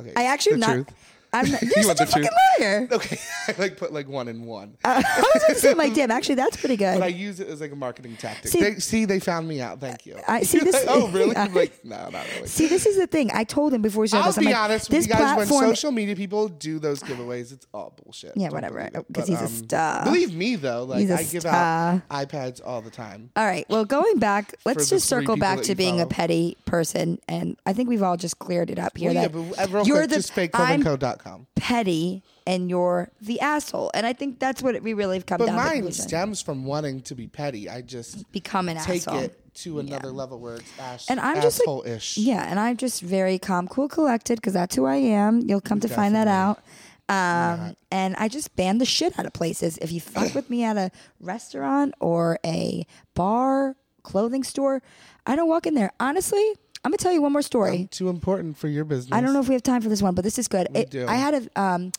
[SPEAKER 1] Okay,
[SPEAKER 2] I
[SPEAKER 1] the
[SPEAKER 2] actually am not.
[SPEAKER 1] truth.
[SPEAKER 2] I'm not, you're
[SPEAKER 1] want
[SPEAKER 2] such a
[SPEAKER 1] the truth?
[SPEAKER 2] fucking liar.
[SPEAKER 1] Okay, I like put like one in one.
[SPEAKER 2] I was gonna say, I'm like, damn, actually, that's pretty good.
[SPEAKER 1] but I use it as like a marketing tactic.
[SPEAKER 2] See-
[SPEAKER 1] they, see, they found me out. Thank you.
[SPEAKER 2] I- see,
[SPEAKER 1] You're
[SPEAKER 2] this-
[SPEAKER 1] like, oh, really? I'm like, no, not really.
[SPEAKER 2] See, this is the thing. I told him before he started
[SPEAKER 1] I'll
[SPEAKER 2] this. I'm
[SPEAKER 1] be
[SPEAKER 2] like,
[SPEAKER 1] honest with
[SPEAKER 2] this
[SPEAKER 1] you guys.
[SPEAKER 2] platform.
[SPEAKER 1] When social media people do those giveaways, it's all bullshit.
[SPEAKER 2] Yeah,
[SPEAKER 1] Don't
[SPEAKER 2] whatever,
[SPEAKER 1] believe it. But, um,
[SPEAKER 2] 'cause he's a star.
[SPEAKER 1] Believe me, though, like
[SPEAKER 2] He's a
[SPEAKER 1] I give
[SPEAKER 2] star.
[SPEAKER 1] out iPads all the time.
[SPEAKER 2] all right. Well, going back, let's
[SPEAKER 1] the
[SPEAKER 2] just
[SPEAKER 1] three
[SPEAKER 2] circle
[SPEAKER 1] people
[SPEAKER 2] back
[SPEAKER 1] that
[SPEAKER 2] to
[SPEAKER 1] you
[SPEAKER 2] being a
[SPEAKER 1] follow.
[SPEAKER 2] petty person, and I think we've all just cleared it up here.
[SPEAKER 1] Well, yeah,
[SPEAKER 2] that
[SPEAKER 1] but uh, real
[SPEAKER 2] you're
[SPEAKER 1] quick,
[SPEAKER 2] the
[SPEAKER 1] just
[SPEAKER 2] I'm
[SPEAKER 1] fakeclothingco.com.
[SPEAKER 2] petty and you're the asshole, and I think that's what we really have come
[SPEAKER 1] But
[SPEAKER 2] down to.
[SPEAKER 1] mine
[SPEAKER 2] conclusion.
[SPEAKER 1] stems from wanting to be petty. I just
[SPEAKER 2] Become an
[SPEAKER 1] take
[SPEAKER 2] asshole.
[SPEAKER 1] it to another level where it's ash-
[SPEAKER 2] And I'm just like,
[SPEAKER 1] asshole-ish.
[SPEAKER 2] yeah, and I'm just very calm, cool, collected because that's who I am. You'll come to find that out. Um, and I just ban the shit out of places. If you fuck with me at a restaurant or a bar, clothing store, I don't walk in there. Honestly, I'm gonna tell you one more story.
[SPEAKER 1] Too important for your business.
[SPEAKER 2] I don't know if we have time for this one, but this is good. It-
[SPEAKER 1] do.
[SPEAKER 2] I had a um,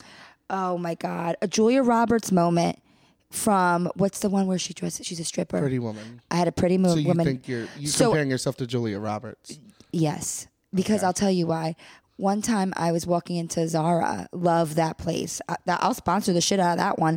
[SPEAKER 2] oh my god, a Julia Roberts moment from what's the one where she dresses? She's a stripper.
[SPEAKER 1] Pretty woman.
[SPEAKER 2] I had a pretty mo-
[SPEAKER 1] So you
[SPEAKER 2] woman.
[SPEAKER 1] think you're you
[SPEAKER 2] So-
[SPEAKER 1] comparing yourself to Julia Roberts?
[SPEAKER 2] Yes, because I'll tell you why. One time I was walking into Zara. Love that place. I, that, I'll sponsor the shit out of that one.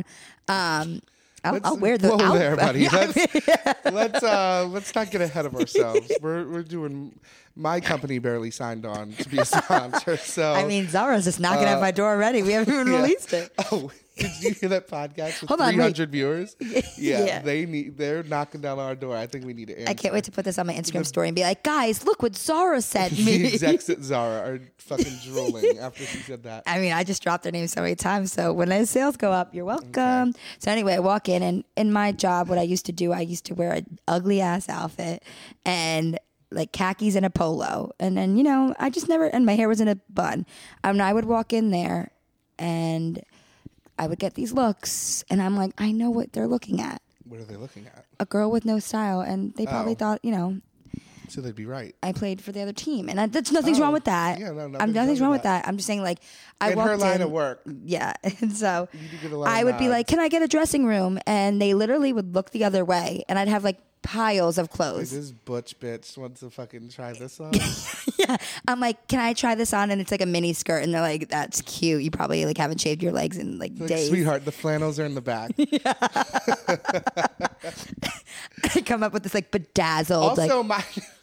[SPEAKER 2] Um, I'll, I'll wear the.
[SPEAKER 1] whoa
[SPEAKER 2] I'll-
[SPEAKER 1] there, buddy. Let's let's uh, let's not get ahead of ourselves. We're we're doing. My company barely signed on to be a sponsor, so
[SPEAKER 2] I mean, Zara's just knocking at my door already. We haven't even
[SPEAKER 1] oh. Uh, yeah.
[SPEAKER 2] released it.
[SPEAKER 1] Oh, did you hear that podcast with
[SPEAKER 2] Hold on, wait.
[SPEAKER 1] 300 viewers? Yeah,
[SPEAKER 2] Yeah.
[SPEAKER 1] they need. They're knocking down our door. I think we need to answer.
[SPEAKER 2] I can't wait to put this on my Instagram story and be like, guys, look what Zara sent
[SPEAKER 1] The
[SPEAKER 2] me.
[SPEAKER 1] execs at Zara are fucking drooling after she said that.
[SPEAKER 2] I mean, I just dropped their name so many times. So when those sales go up, you're welcome. So anyway, I walk in and in my job, what I used to do, I used to wear an ugly ass outfit and like khakis and a polo. And then, you know, I just never, and my hair was in a bun. Um, and I would walk in there and I would get these looks and I'm like, I know what they're looking at.
[SPEAKER 1] What are they looking at?
[SPEAKER 2] a girl with no style, and they probably
[SPEAKER 1] Oh.
[SPEAKER 2] thought, you know,
[SPEAKER 1] So they'd be right.
[SPEAKER 2] I played for the other team, and I, that's nothing's
[SPEAKER 1] Oh,
[SPEAKER 2] wrong with that.
[SPEAKER 1] yeah, no,
[SPEAKER 2] I'm,
[SPEAKER 1] nothing's
[SPEAKER 2] nothing's
[SPEAKER 1] wrong
[SPEAKER 2] wrong
[SPEAKER 1] with
[SPEAKER 2] with that. I'm just saying, like, I
[SPEAKER 1] in
[SPEAKER 2] walked
[SPEAKER 1] her line
[SPEAKER 2] in,
[SPEAKER 1] of work.
[SPEAKER 2] yeah, and so
[SPEAKER 1] do get a lot of
[SPEAKER 2] I would be
[SPEAKER 1] nods.
[SPEAKER 2] like, "Can I get a dressing room?" And they literally would look the other way, and I'd have like piles of clothes.
[SPEAKER 1] This butch bitch wants to fucking try this on.
[SPEAKER 2] yeah, I'm like, "Can I try this on?" And it's like a mini skirt, and they're like, "That's cute. You probably like haven't shaved your legs in like,
[SPEAKER 1] Like,
[SPEAKER 2] days."
[SPEAKER 1] sweetheart, the flannels are in the back.
[SPEAKER 2] I come up with this like bedazzled,
[SPEAKER 1] also,
[SPEAKER 2] like
[SPEAKER 1] my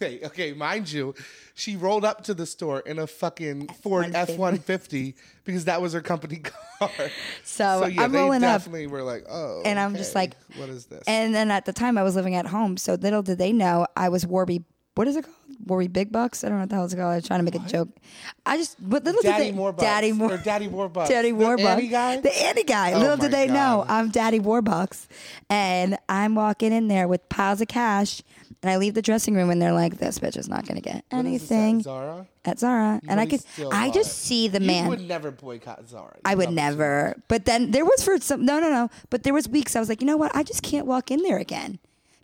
[SPEAKER 1] okay, okay, mind you, she rolled up to the store in a fucking Ford F one fifty because that was her company car.
[SPEAKER 2] so,
[SPEAKER 1] so yeah,
[SPEAKER 2] I'm
[SPEAKER 1] they
[SPEAKER 2] rolling up.
[SPEAKER 1] definitely were like, oh,
[SPEAKER 2] And I'm just
[SPEAKER 1] okay,
[SPEAKER 2] like-
[SPEAKER 1] what is this?
[SPEAKER 2] And then at the time, I was living at home, so little did they know I was Warby. What is it called? Warby Big Bucks? I don't know what the hell it's called. I was trying to make a joke. I just, but little
[SPEAKER 1] Daddy
[SPEAKER 2] did they,
[SPEAKER 1] Moore Bucks,
[SPEAKER 2] Daddy Moore,
[SPEAKER 1] or Daddy Warbucks,
[SPEAKER 2] Daddy
[SPEAKER 1] the
[SPEAKER 2] Warbucks,
[SPEAKER 1] Annie guy?
[SPEAKER 2] the Annie guy.
[SPEAKER 1] Oh
[SPEAKER 2] little did
[SPEAKER 1] my
[SPEAKER 2] they know
[SPEAKER 1] God.
[SPEAKER 2] I'm Daddy Warbucks, and I'm walking in there with piles of cash, and I leave the dressing room, and they're like, "This bitch is not gonna get
[SPEAKER 1] What is this at,
[SPEAKER 2] anything
[SPEAKER 1] Zara.
[SPEAKER 2] at Zara," and I
[SPEAKER 1] really
[SPEAKER 2] could,
[SPEAKER 1] still
[SPEAKER 2] I
[SPEAKER 1] are.
[SPEAKER 2] just see the
[SPEAKER 1] You
[SPEAKER 2] man.
[SPEAKER 1] would never boycott Zara. You
[SPEAKER 2] I would
[SPEAKER 1] probably
[SPEAKER 2] never. But then there was for some no no no. But there was weeks I was like, you know what? I just can't walk in there again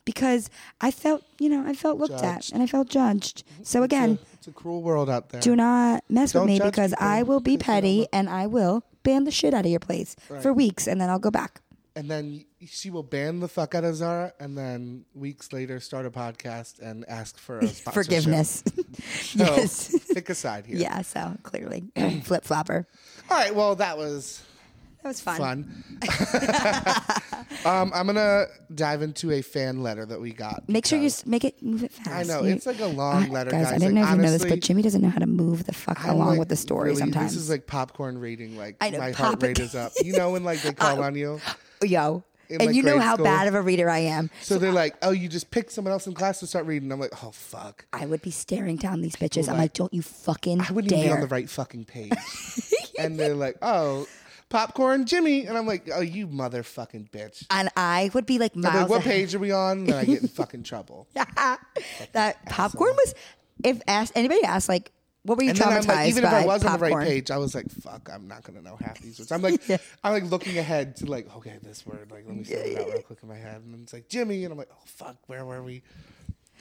[SPEAKER 2] because I felt you know I felt looked at
[SPEAKER 1] Judged. Mm-hmm.
[SPEAKER 2] and I felt judged. So
[SPEAKER 1] should.
[SPEAKER 2] again,
[SPEAKER 1] It's a, it's a cruel world out there.
[SPEAKER 2] do not mess
[SPEAKER 1] Don't
[SPEAKER 2] with me
[SPEAKER 1] judge
[SPEAKER 2] because
[SPEAKER 1] people
[SPEAKER 2] I will be
[SPEAKER 1] because they don't
[SPEAKER 2] petty
[SPEAKER 1] look-
[SPEAKER 2] and I will ban the shit out of your place for weeks and then I'll go back.
[SPEAKER 1] and then she will ban the fuck out of Zara, and then weeks later start a podcast and ask for a sponsorship.
[SPEAKER 2] Forgiveness.
[SPEAKER 1] So,
[SPEAKER 2] yes.
[SPEAKER 1] pick a side here.
[SPEAKER 2] yeah. So clearly, flip flopper.
[SPEAKER 1] All right. Well, that was
[SPEAKER 2] That was fun.
[SPEAKER 1] fun. um, I'm gonna dive into a fan letter that we got.
[SPEAKER 2] Make sure you
[SPEAKER 1] because
[SPEAKER 2] s- make it move it fast.
[SPEAKER 1] I know
[SPEAKER 2] You-
[SPEAKER 1] it's like a long
[SPEAKER 2] I-
[SPEAKER 1] letter,
[SPEAKER 2] guys,
[SPEAKER 1] guys.
[SPEAKER 2] I didn't know
[SPEAKER 1] like,
[SPEAKER 2] if you know this,
[SPEAKER 1] honestly,
[SPEAKER 2] but Jimmy doesn't know how to move the fuck
[SPEAKER 1] I'm,
[SPEAKER 2] along
[SPEAKER 1] like,
[SPEAKER 2] with the story
[SPEAKER 1] really-
[SPEAKER 2] sometimes.
[SPEAKER 1] This is like popcorn rating. Like
[SPEAKER 2] I know,
[SPEAKER 1] my heart
[SPEAKER 2] pop it.
[SPEAKER 1] rate is up. You know when like they call on you.
[SPEAKER 2] yo.
[SPEAKER 1] In,
[SPEAKER 2] and
[SPEAKER 1] like,
[SPEAKER 2] you know
[SPEAKER 1] grade
[SPEAKER 2] how
[SPEAKER 1] school.
[SPEAKER 2] bad of a reader I am.
[SPEAKER 1] So they're like, "Oh, you just picked someone else in class to start reading." I'm like, "Oh fuck,
[SPEAKER 2] I would be staring down these bitches. I'm
[SPEAKER 1] like,
[SPEAKER 2] like, don't you fucking
[SPEAKER 1] I wouldn't
[SPEAKER 2] dare.
[SPEAKER 1] even be on the right fucking page." and they're like, "Oh, popcorn, Jimmy," and I'm like, "Oh, you motherfucking bitch."
[SPEAKER 2] and I would be like,
[SPEAKER 1] I'm like,
[SPEAKER 2] miles
[SPEAKER 1] what
[SPEAKER 2] ahead.
[SPEAKER 1] page are we on? And I get in fucking trouble.
[SPEAKER 2] that popcorn was. If asked anybody asked like, what were you
[SPEAKER 1] And then I'm
[SPEAKER 2] traumatized
[SPEAKER 1] like, even if
[SPEAKER 2] by?
[SPEAKER 1] I was on the right
[SPEAKER 2] popcorn?
[SPEAKER 1] page, I was like, fuck, I'm not gonna know half these words. I'm like, I'm like looking ahead to like, okay, this word, like, let me figure it out real quick in my head. And it's like Jimmy, and I'm like, oh fuck, where were we?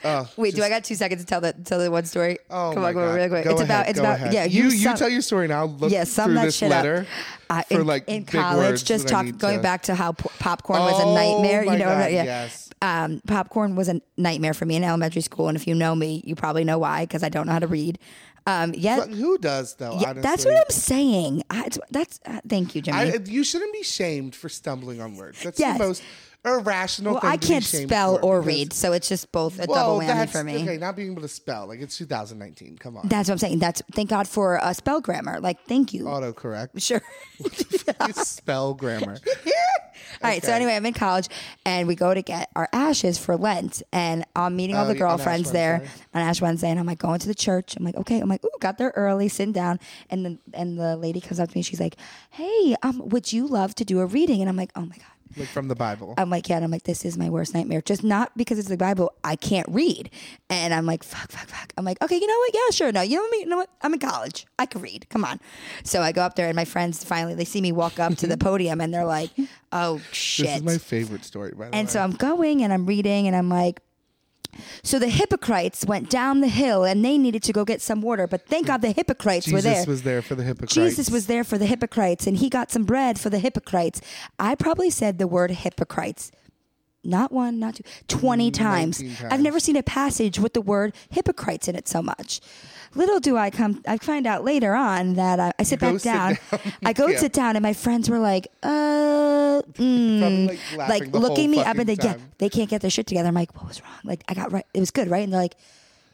[SPEAKER 1] Oh,
[SPEAKER 2] Wait, do I got two seconds to tell the tell the one story?
[SPEAKER 1] Oh
[SPEAKER 2] Come
[SPEAKER 1] my
[SPEAKER 2] on,
[SPEAKER 1] God.
[SPEAKER 2] real quick.
[SPEAKER 1] Go
[SPEAKER 2] it's about
[SPEAKER 1] ahead,
[SPEAKER 2] it's
[SPEAKER 1] go
[SPEAKER 2] about
[SPEAKER 1] ahead.
[SPEAKER 2] yeah.
[SPEAKER 1] You you
[SPEAKER 2] sum-
[SPEAKER 1] tell your story now. Look
[SPEAKER 2] yeah, sum
[SPEAKER 1] through
[SPEAKER 2] that
[SPEAKER 1] this
[SPEAKER 2] shit
[SPEAKER 1] letter
[SPEAKER 2] up. Uh,
[SPEAKER 1] for
[SPEAKER 2] in,
[SPEAKER 1] like
[SPEAKER 2] in
[SPEAKER 1] big
[SPEAKER 2] college,
[SPEAKER 1] words
[SPEAKER 2] just
[SPEAKER 1] that I
[SPEAKER 2] talk,
[SPEAKER 1] need
[SPEAKER 2] going
[SPEAKER 1] to-
[SPEAKER 2] back to how po- popcorn was
[SPEAKER 1] Oh
[SPEAKER 2] a nightmare.
[SPEAKER 1] my
[SPEAKER 2] you know, what I'm-
[SPEAKER 1] God,
[SPEAKER 2] yeah.
[SPEAKER 1] yes.
[SPEAKER 2] Um, popcorn was a nightmare for me in elementary school, and if you know me, you probably know why because I don't know how to read. Um, yet,
[SPEAKER 1] But who does though?
[SPEAKER 2] yeah,
[SPEAKER 1] honestly,
[SPEAKER 2] that's what I'm saying. I, it's, that's uh, thank you, Jimmy.
[SPEAKER 1] I, you shouldn't be shamed for stumbling on words. That's
[SPEAKER 2] Yes.
[SPEAKER 1] the most irrational.
[SPEAKER 2] well,
[SPEAKER 1] thing
[SPEAKER 2] I
[SPEAKER 1] to
[SPEAKER 2] can't
[SPEAKER 1] be shamed
[SPEAKER 2] spell
[SPEAKER 1] for
[SPEAKER 2] or
[SPEAKER 1] because-
[SPEAKER 2] read, so it's just both a
[SPEAKER 1] Well,
[SPEAKER 2] double whammy
[SPEAKER 1] that's
[SPEAKER 2] for me.
[SPEAKER 1] okay. Not being able to spell, like it's 2019. Come on,
[SPEAKER 2] That's what I'm saying. That's thank God for uh, spell grammar. Like, thank you.
[SPEAKER 1] Oh, autocorrect.
[SPEAKER 2] Sure.
[SPEAKER 1] You spell grammar.
[SPEAKER 2] All right. So
[SPEAKER 1] Okay.
[SPEAKER 2] anyway, I'm in college, and we go to get our ashes for Lent, and I'm meeting all
[SPEAKER 1] Oh,
[SPEAKER 2] the
[SPEAKER 1] yeah, on Ash
[SPEAKER 2] girlfriends there
[SPEAKER 1] Wednesday.
[SPEAKER 2] on Ash Wednesday, and I'm like going to the church. I'm like, okay. I'm like, ooh, got there early, sitting down, and then and the lady comes up to me. She's like, hey, um, would you love to do a reading? And I'm like, oh my god.
[SPEAKER 1] Like from the Bible.
[SPEAKER 2] I'm like, yeah, and I'm like, this is my worst nightmare. Just not because it's the Bible, I can't read. And I'm like, fuck, fuck, fuck. I'm like, okay, you know what? Yeah, sure. No, you know what? You know what? I'm in college. I can read. Come on. So I go up there, and my friends finally they see me walk up to the podium, and they're like, oh shit.
[SPEAKER 1] Mm-hmm. this is my favorite story, by the
[SPEAKER 2] And
[SPEAKER 1] way.
[SPEAKER 2] so I'm going and I'm reading and I'm like, so the hypocrites went down the hill and they needed to go get some water, but thank God the hypocrites
[SPEAKER 1] Jesus
[SPEAKER 2] were there.
[SPEAKER 1] was there for the hypocrites.
[SPEAKER 2] Jesus was there for the hypocrites and he got some bread for the hypocrites. I probably said the word hypocrites. Not one, not two, 20 times.
[SPEAKER 1] 19
[SPEAKER 2] I've
[SPEAKER 1] Mm, times.
[SPEAKER 2] never seen a passage with the word hypocrites in it so much. Little do I come, I find out later on that I, I sit
[SPEAKER 1] go
[SPEAKER 2] back
[SPEAKER 1] sit
[SPEAKER 2] down.
[SPEAKER 1] down.
[SPEAKER 2] I go
[SPEAKER 1] Yeah.
[SPEAKER 2] sit down, and my friends were like, uh, mm,
[SPEAKER 1] Probably, like, laughing
[SPEAKER 2] like
[SPEAKER 1] the
[SPEAKER 2] looking
[SPEAKER 1] whole
[SPEAKER 2] me up and they
[SPEAKER 1] fucking
[SPEAKER 2] yeah,
[SPEAKER 1] time.
[SPEAKER 2] they can't get their shit together. I'm like, what was wrong? Like I got right, it was good, right? And they're like,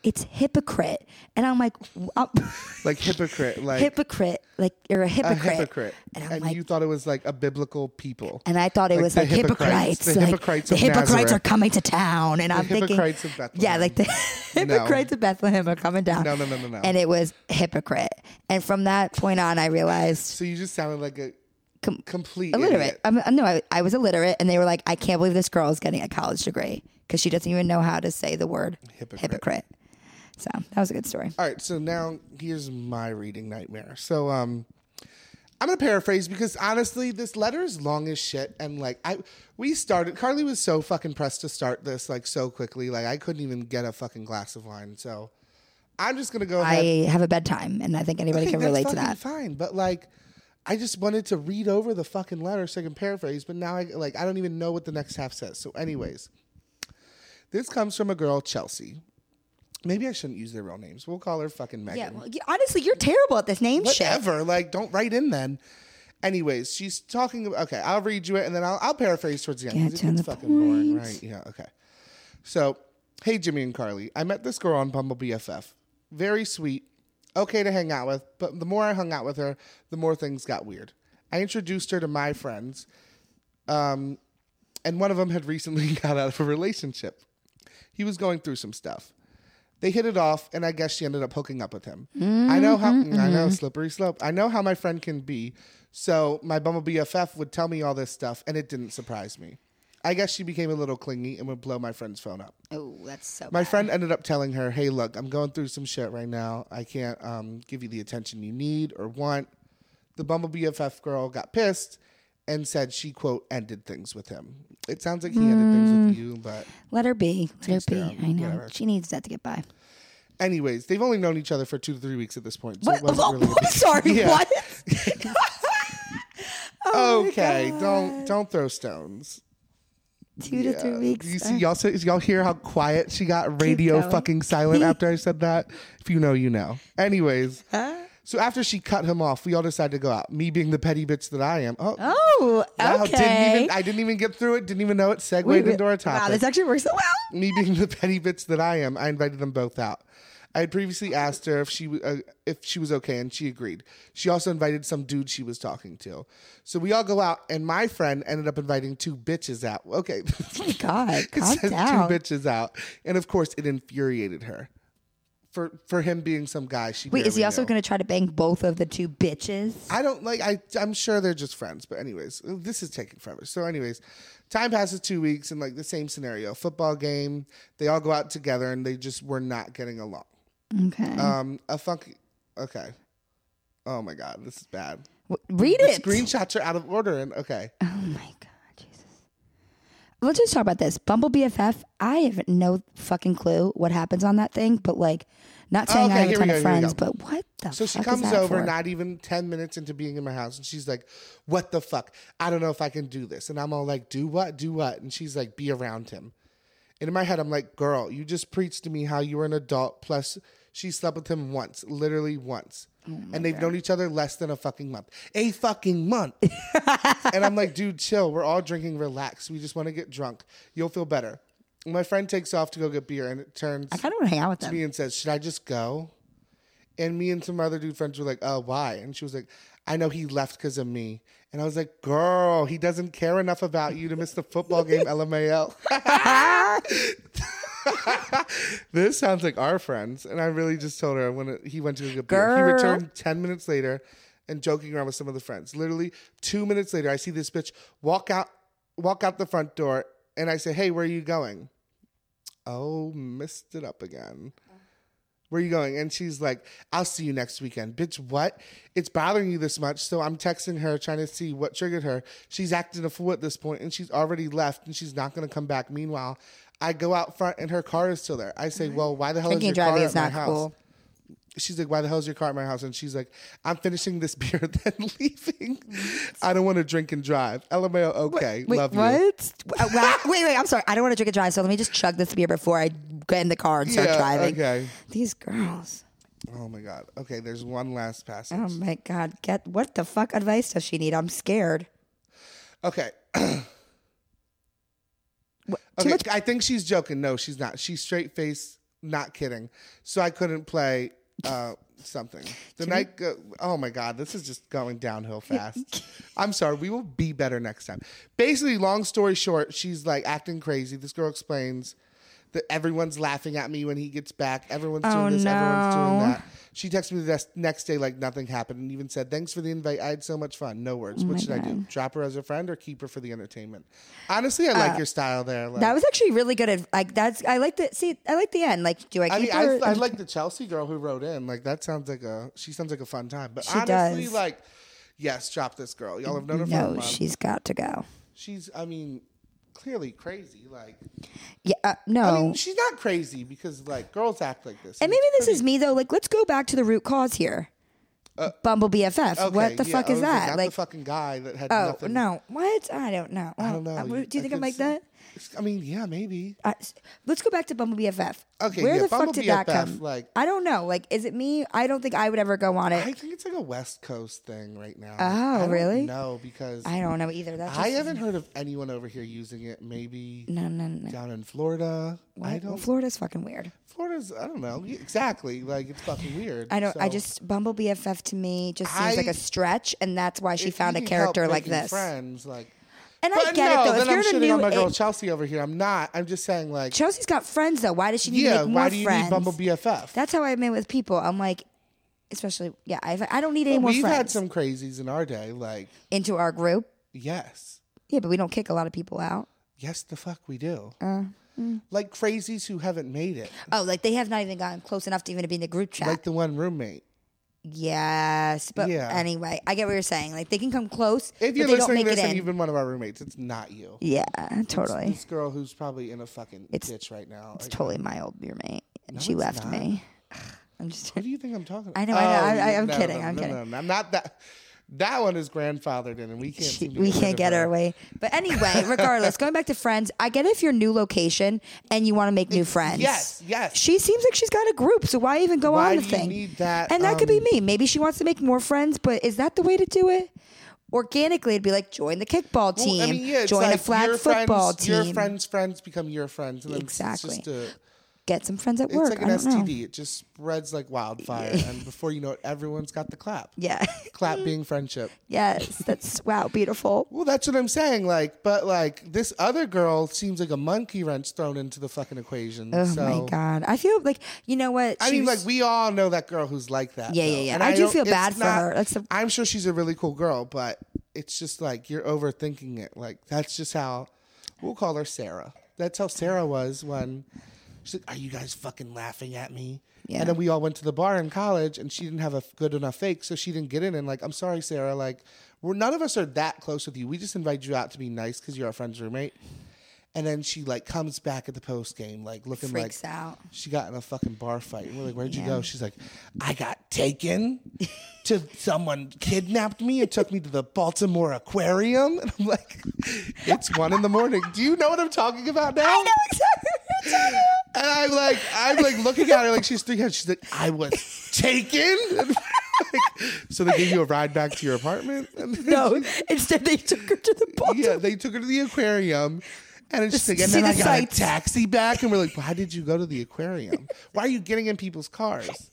[SPEAKER 2] it's hypocrite, and I'm like, w- I'm-
[SPEAKER 1] like hypocrite, like
[SPEAKER 2] hypocrite, like you're a
[SPEAKER 1] a
[SPEAKER 2] hypocrite,
[SPEAKER 1] hypocrite.
[SPEAKER 2] and I'm
[SPEAKER 1] And
[SPEAKER 2] like.
[SPEAKER 1] you thought it was like a biblical people.
[SPEAKER 2] and I thought it
[SPEAKER 1] like
[SPEAKER 2] was
[SPEAKER 1] the
[SPEAKER 2] like
[SPEAKER 1] hypocrites,
[SPEAKER 2] hypocrites.
[SPEAKER 1] the
[SPEAKER 2] like,
[SPEAKER 1] hypocrites
[SPEAKER 2] the
[SPEAKER 1] of
[SPEAKER 2] hypocrites
[SPEAKER 1] Nazareth.
[SPEAKER 2] are coming to town. And I'm thinking.
[SPEAKER 1] hypocrites of
[SPEAKER 2] Yeah,
[SPEAKER 1] Bethlehem.
[SPEAKER 2] like the hypocrites of Bethlehem are coming down.
[SPEAKER 1] No, no, no, no, no.
[SPEAKER 2] And it was hypocrite. And from that point on, I realized
[SPEAKER 1] so you just sounded like a
[SPEAKER 2] Com-
[SPEAKER 1] complete
[SPEAKER 2] illiterate.
[SPEAKER 1] idiot.
[SPEAKER 2] I'm, no, I, I was illiterate, and they were like, "I can't believe this girl is getting a college degree because she doesn't even know how to say the word
[SPEAKER 1] Hypocrite.
[SPEAKER 2] hypocrite." So that was a good story.
[SPEAKER 1] All right, so now here's my reading nightmare. So um I'm gonna paraphrase because honestly, this letter is long as shit, and like I, we started. Carly was so fucking pressed to start this like so quickly, like I couldn't even get a fucking glass of wine. So I'm just gonna go ahead.
[SPEAKER 2] I have a bedtime, and I think anybody
[SPEAKER 1] Okay,
[SPEAKER 2] can
[SPEAKER 1] that's
[SPEAKER 2] relate to
[SPEAKER 1] fucking
[SPEAKER 2] that.
[SPEAKER 1] Fine, but like, I just wanted to read over the fucking letter so I can paraphrase. But now I like I don't even know what the next half says. So, anyways, this comes from a girl, Chelsea. Maybe I shouldn't use their real names. We'll call her fucking Megan.
[SPEAKER 2] Yeah, well, y- honestly, you're terrible at this name shit.
[SPEAKER 1] Whatever. Like, don't write in then. Anyways, she's talking. About, okay, I'll read you it and then I'll, I'll paraphrase towards the end. 'cause
[SPEAKER 2] Get to
[SPEAKER 1] it gets
[SPEAKER 2] the
[SPEAKER 1] fucking boring, right? Yeah. Okay. So, hey Jimmy and Carly, I met this girl on Bumble BFF. Very sweet, okay to hang out with. But the more I hung out with her, the more things got weird. I introduced her to my friends, um, and one of them had recently got out of a relationship. He was going through some stuff. They hit it off, and I guess she ended up hooking up with him. I know how I know slippery slope. I know how my friend can be. So my Bumble BFF would tell me all this stuff, and it didn't surprise me. I guess she became a little clingy and would blow my friend's phone up.
[SPEAKER 2] Oh, that's so.
[SPEAKER 1] My
[SPEAKER 2] bad.
[SPEAKER 1] friend ended up telling her, "Hey, look, I'm going through some shit right now. I can't um, give you the attention you need or want." The Bumble BFF girl got pissed and said she quote ended things with him. It sounds like he ended things with you, but
[SPEAKER 2] Let her be. Let her be.
[SPEAKER 1] down,
[SPEAKER 2] I know she needs that to get by.
[SPEAKER 1] anyways, they've only known each other for two to three weeks at this point. So
[SPEAKER 2] What? Oh,
[SPEAKER 1] it wasn't really a big-
[SPEAKER 2] sorry.
[SPEAKER 1] Yeah.
[SPEAKER 2] What? oh
[SPEAKER 1] okay, don't don't throw stones.
[SPEAKER 2] Two to three weeks. Uh,
[SPEAKER 1] You see, y'all say, y'all hear how quiet she got radio
[SPEAKER 2] going.
[SPEAKER 1] fucking silent after I said that. If you know, you know. Anyways, so after she cut him off, we all decided to go out. Me being the petty bitch that I am. Oh,
[SPEAKER 2] oh,
[SPEAKER 1] wow,
[SPEAKER 2] okay.
[SPEAKER 1] didn't even, I didn't even get through it. Didn't even know it segued
[SPEAKER 2] Wait, wait.
[SPEAKER 1] into our topic
[SPEAKER 2] Wow, this actually works so well.
[SPEAKER 1] me being the petty bitch that I am, I invited them both out. I had previously asked her if she w- uh, if she was okay, and she agreed. She also invited some dude she was talking to. So we all go out, and my friend ended up inviting two bitches out. Okay,
[SPEAKER 2] Oh my God,
[SPEAKER 1] it
[SPEAKER 2] calm
[SPEAKER 1] says
[SPEAKER 2] down.
[SPEAKER 1] two bitches out, and of course, it infuriated her for for him being some guy. She
[SPEAKER 2] Wait, is he
[SPEAKER 1] barely
[SPEAKER 2] also
[SPEAKER 1] knew.
[SPEAKER 2] going to try to bang both of the two bitches?
[SPEAKER 1] I don't like. I I'm sure they're just friends, but anyways, this is taking forever. So anyways, time passes two weeks and like the same scenario, football game. They all go out together and they just were not getting along.
[SPEAKER 2] Okay,
[SPEAKER 1] Um, a funky. Okay. Oh my god, this is bad.
[SPEAKER 2] W- read
[SPEAKER 1] The
[SPEAKER 2] it.
[SPEAKER 1] screenshots are out of order and okay.
[SPEAKER 2] Oh my God, Jesus. Let's just talk about this. Bumble BFF, I have no fucking clue what happens on that thing, but like, not saying
[SPEAKER 1] Okay,
[SPEAKER 2] I have a
[SPEAKER 1] here we
[SPEAKER 2] ton
[SPEAKER 1] go,
[SPEAKER 2] of
[SPEAKER 1] here we
[SPEAKER 2] friends,
[SPEAKER 1] go.
[SPEAKER 2] but what the
[SPEAKER 1] So
[SPEAKER 2] fuck?
[SPEAKER 1] she
[SPEAKER 2] is
[SPEAKER 1] comes
[SPEAKER 2] that
[SPEAKER 1] over,
[SPEAKER 2] for?
[SPEAKER 1] not even ten minutes into being in my house, and she's like, "What the fuck? I don't know if I can do this." And I'm all like, "Do what? Do what?" And she's like, "Be around him." And in my head, I'm like, "Girl, you just preached to me how you were an adult." Plus, she slept with him once, literally once, and they've known each other less than a fucking month. A fucking month. and I'm like, dude, chill. We're all drinking, relax. We just want to get drunk. You'll feel better. And my friend takes off to go get beer, and it turns
[SPEAKER 2] I kind of want to hang out with them.
[SPEAKER 1] me and says, "Should I just go?" And me and some other dude friends were like, "Oh, why?" And she was like, "I know he left because of me." And I was like, "Girl, he doesn't care enough about you to miss the football game." LMAO. this sounds like our friends. And I really just told her when he went to go get beer. He
[SPEAKER 2] Girl.
[SPEAKER 1] returned ten minutes later and joking around with some of the friends. Literally two minutes later, I see this bitch walk out, walk out the front door, and I say, "Hey, where are you going?" Oh, missed it up again. Where are you going? And she's like, I'll see you next weekend. Bitch, what? It's bothering you this much. So I'm texting her, trying to see what triggered her. She's acting a fool at this point, and she's already left, and she's not going to come back. Meanwhile, I go out front, and her car is still there. I say, Well, why the hell
[SPEAKER 2] Drinking
[SPEAKER 1] is your car
[SPEAKER 2] driving
[SPEAKER 1] at
[SPEAKER 2] is
[SPEAKER 1] my
[SPEAKER 2] not
[SPEAKER 1] house?
[SPEAKER 2] cool.
[SPEAKER 1] she's like, "Why the hell is your car at my house?" And she's like, "I'm finishing this beer, then leaving. I don't want to drink and drive." LMAO. Okay,
[SPEAKER 2] Wait,
[SPEAKER 1] love you.
[SPEAKER 2] what? Uh, wa- wait, wait. I'm sorry. I don't want to drink and drive, so let me just chug this beer before I get in the car and start
[SPEAKER 1] Yeah,
[SPEAKER 2] driving.
[SPEAKER 1] okay.
[SPEAKER 2] These girls.
[SPEAKER 1] Oh my god. Okay, there's one last passage.
[SPEAKER 2] Oh my god. Get what the fuck advice does she need? I'm scared.
[SPEAKER 1] Okay.
[SPEAKER 2] Too
[SPEAKER 1] okay,
[SPEAKER 2] much-
[SPEAKER 1] I think she's joking. No, she's not. She's straight face, not kidding. So I couldn't play uh, something. The night. Go- oh my god, this is just going downhill fast. I'm sorry. We will be better next time. Basically, long story short, she's like acting crazy. This girl explains that everyone's laughing at me when he gets back. Everyone's doing
[SPEAKER 2] Oh,
[SPEAKER 1] this. Everyone's doing
[SPEAKER 2] no.
[SPEAKER 1] that. She texted me the des- next day like nothing happened and even said, Thanks for the invite. I had so much fun. No
[SPEAKER 2] Oh
[SPEAKER 1] words. what should I do? Drop her as a friend or keep her for the entertainment? Honestly, I like your style there. Like,
[SPEAKER 2] Uh, That was actually really good. adv- Like that's I like the see. I like the end. Like, do I
[SPEAKER 1] I mean,
[SPEAKER 2] keep
[SPEAKER 1] I,
[SPEAKER 2] her?
[SPEAKER 1] I like the Chelsea girl who wrote in. Like, that sounds like a, she sounds like a fun time. But
[SPEAKER 2] She
[SPEAKER 1] honestly,
[SPEAKER 2] does.
[SPEAKER 1] like, Yes, drop this girl. Y'all have known her for a
[SPEAKER 2] No,
[SPEAKER 1] month.
[SPEAKER 2] she's got to go.
[SPEAKER 1] she's, I mean, clearly crazy. Like,
[SPEAKER 2] Yeah, uh, no.
[SPEAKER 1] I mean, she's not crazy because like girls act like this.
[SPEAKER 2] and maybe this is me though. Like, let's go back to the root cause here. Bumble BFF.
[SPEAKER 1] Uh, Okay,
[SPEAKER 2] what the
[SPEAKER 1] yeah,
[SPEAKER 2] fuck
[SPEAKER 1] I
[SPEAKER 2] is
[SPEAKER 1] was like,
[SPEAKER 2] that?
[SPEAKER 1] not
[SPEAKER 2] Like,
[SPEAKER 1] the fucking guy that had
[SPEAKER 2] oh
[SPEAKER 1] nothing.
[SPEAKER 2] no, what? Oh, I don't know. uh,
[SPEAKER 1] I don't know.
[SPEAKER 2] Do you think
[SPEAKER 1] I could
[SPEAKER 2] I'm like
[SPEAKER 1] see-
[SPEAKER 2] that?
[SPEAKER 1] I mean, yeah, maybe.
[SPEAKER 2] I- s- let's go back to Bumble BFF.
[SPEAKER 1] Okay,
[SPEAKER 2] where
[SPEAKER 1] yeah,
[SPEAKER 2] the
[SPEAKER 1] Bumble
[SPEAKER 2] fuck did that
[SPEAKER 1] BFF,
[SPEAKER 2] come?
[SPEAKER 1] like-
[SPEAKER 2] I don't know. Like, is it me? I don't think I would ever go on it.
[SPEAKER 1] I
[SPEAKER 2] I,
[SPEAKER 1] think it's like a West Coast thing right now.
[SPEAKER 2] Oh, really?
[SPEAKER 1] No, because I,
[SPEAKER 2] don't know either. That's just,
[SPEAKER 1] haven't heard of anyone over here using it. Maybe
[SPEAKER 2] no, no, no.
[SPEAKER 1] down in Florida. I
[SPEAKER 2] Well,
[SPEAKER 1] don't.
[SPEAKER 2] Florida's fucking weird.
[SPEAKER 1] Florida's. I don't know exactly. Like it's fucking weird.
[SPEAKER 2] I don't. I
[SPEAKER 1] So,
[SPEAKER 2] just Bumble BFF to me just seems like
[SPEAKER 1] I-
[SPEAKER 2] a stretch, and that's why she
[SPEAKER 1] if
[SPEAKER 2] found
[SPEAKER 1] you
[SPEAKER 2] a
[SPEAKER 1] need
[SPEAKER 2] character
[SPEAKER 1] help
[SPEAKER 2] like
[SPEAKER 1] making
[SPEAKER 2] this.
[SPEAKER 1] Friends, like.
[SPEAKER 2] And I
[SPEAKER 1] But no,
[SPEAKER 2] get it though.
[SPEAKER 1] then
[SPEAKER 2] If you're
[SPEAKER 1] I'm
[SPEAKER 2] in a
[SPEAKER 1] shitting
[SPEAKER 2] new,
[SPEAKER 1] on my girl
[SPEAKER 2] age-
[SPEAKER 1] Chelsea over here. I'm not. I'm just saying, like,
[SPEAKER 2] Chelsea's got friends though. Why does she need
[SPEAKER 1] yeah.
[SPEAKER 2] to make more
[SPEAKER 1] Why do you
[SPEAKER 2] friends?
[SPEAKER 1] need Bumble BFF?
[SPEAKER 2] That's how I am with people. I'm like, especially yeah. I've, I don't need any more
[SPEAKER 1] We've
[SPEAKER 2] friends
[SPEAKER 1] had some crazies in our day. Like,
[SPEAKER 2] into our group.
[SPEAKER 1] yes,
[SPEAKER 2] Yeah, but we don't kick a lot of people out.
[SPEAKER 1] yes, the fuck we do.
[SPEAKER 2] Mm-hmm.
[SPEAKER 1] Like crazies who haven't made it.
[SPEAKER 2] Oh, like they have not even gotten close enough to even be in the group chat.
[SPEAKER 1] Like the one roommate.
[SPEAKER 2] yes, but
[SPEAKER 1] Yeah.
[SPEAKER 2] anyway, I get what you're saying. Like they can come close,
[SPEAKER 1] If you're
[SPEAKER 2] but they don't
[SPEAKER 1] listening
[SPEAKER 2] make
[SPEAKER 1] to
[SPEAKER 2] it
[SPEAKER 1] this and
[SPEAKER 2] in.
[SPEAKER 1] you've been one of our roommates, it's not you.
[SPEAKER 2] yeah, totally.
[SPEAKER 1] This girl who's probably in a fucking
[SPEAKER 2] It's-
[SPEAKER 1] ditch right now.
[SPEAKER 2] It's
[SPEAKER 1] Like,
[SPEAKER 2] totally my old roommate, and she
[SPEAKER 1] it's
[SPEAKER 2] left
[SPEAKER 1] not.
[SPEAKER 2] me. I'm just.
[SPEAKER 1] What do you think I'm talking about?
[SPEAKER 2] I know, I know. I- I-
[SPEAKER 1] yeah,
[SPEAKER 2] I'm
[SPEAKER 1] no,
[SPEAKER 2] kidding,
[SPEAKER 1] no,
[SPEAKER 2] I'm
[SPEAKER 1] no,
[SPEAKER 2] kidding.
[SPEAKER 1] No, no, I'm not that. That one is grandfathered in, and we can't.
[SPEAKER 2] She,
[SPEAKER 1] seem to
[SPEAKER 2] we
[SPEAKER 1] rid
[SPEAKER 2] can't
[SPEAKER 1] of
[SPEAKER 2] get our way. But anyway, regardless, going back to friends, I get if you're new location and you want to make new friends.
[SPEAKER 1] yes, yes.
[SPEAKER 2] She seems like she's got a group, so why even go
[SPEAKER 1] Why
[SPEAKER 2] on the
[SPEAKER 1] do you
[SPEAKER 2] thing?
[SPEAKER 1] need that,
[SPEAKER 2] and that could
[SPEAKER 1] Um,
[SPEAKER 2] be me. Maybe she wants to make more friends, but is that the way to do it? Organically, it'd be like join the kickball team,
[SPEAKER 1] um, Well, I mean, yeah, it's
[SPEAKER 2] join
[SPEAKER 1] like
[SPEAKER 2] a flag
[SPEAKER 1] your
[SPEAKER 2] football
[SPEAKER 1] friends,
[SPEAKER 2] team,
[SPEAKER 1] Your friends' friends become your friends, and then it's- It's,
[SPEAKER 2] Exactly.
[SPEAKER 1] just a,
[SPEAKER 2] get some friends at
[SPEAKER 1] it's
[SPEAKER 2] work.
[SPEAKER 1] like an
[SPEAKER 2] I don't know.
[SPEAKER 1] STD. It just spreads like wildfire, and before you know it, everyone's got the clap.
[SPEAKER 2] Yeah.
[SPEAKER 1] Clap being friendship.
[SPEAKER 2] yes, that's wow, beautiful.
[SPEAKER 1] Well, that's what I'm saying. Like, but like this other girl seems like a monkey wrench thrown into the fucking equation.
[SPEAKER 2] Oh
[SPEAKER 1] so
[SPEAKER 2] my god, I feel like you know what?
[SPEAKER 1] I
[SPEAKER 2] She
[SPEAKER 1] mean,
[SPEAKER 2] was-
[SPEAKER 1] like we all know that girl who's like that.
[SPEAKER 2] Yeah, yeah,
[SPEAKER 1] though.
[SPEAKER 2] yeah.
[SPEAKER 1] And
[SPEAKER 2] I do
[SPEAKER 1] don't-
[SPEAKER 2] feel
[SPEAKER 1] it's
[SPEAKER 2] bad for her. That's the-
[SPEAKER 1] I'm sure she's a really cool girl, but it's just like you're overthinking it. Like that's just how we'll call her Sarah. That's how Sarah was when she's like, "Are you guys fucking laughing at me?"
[SPEAKER 2] Yeah.
[SPEAKER 1] And then we all went to the bar in college, and she didn't have a good enough fake, so she didn't get in. And like, I'm sorry, Sarah. Like, we're none of us are that close with you. We just invite you out to be nice because you're our friend's roommate. And then she like comes back at the post game, like looking
[SPEAKER 2] freaks
[SPEAKER 1] like
[SPEAKER 2] out.
[SPEAKER 1] she got in a fucking bar fight. And we're like, where'd you
[SPEAKER 2] Yeah.
[SPEAKER 1] go? She's like, I got taken to someone kidnapped me and took me to the Baltimore Aquarium. And I'm like, it's one in the morning. Do you know what I'm talking about now?
[SPEAKER 2] I know exactly what you're talking about.
[SPEAKER 1] And I'm like, I'm like looking at her like she's thinking, she's like, I was taken. And like, so they gave you a ride back to your apartment. And
[SPEAKER 2] No, instead they took her to the ball.
[SPEAKER 1] yeah, they took her to the aquarium. And it's just like, and
[SPEAKER 2] see
[SPEAKER 1] then I
[SPEAKER 2] the
[SPEAKER 1] got
[SPEAKER 2] sights.
[SPEAKER 1] a taxi back, and we're like, "Why did you go to the aquarium? Why are you getting in people's cars?"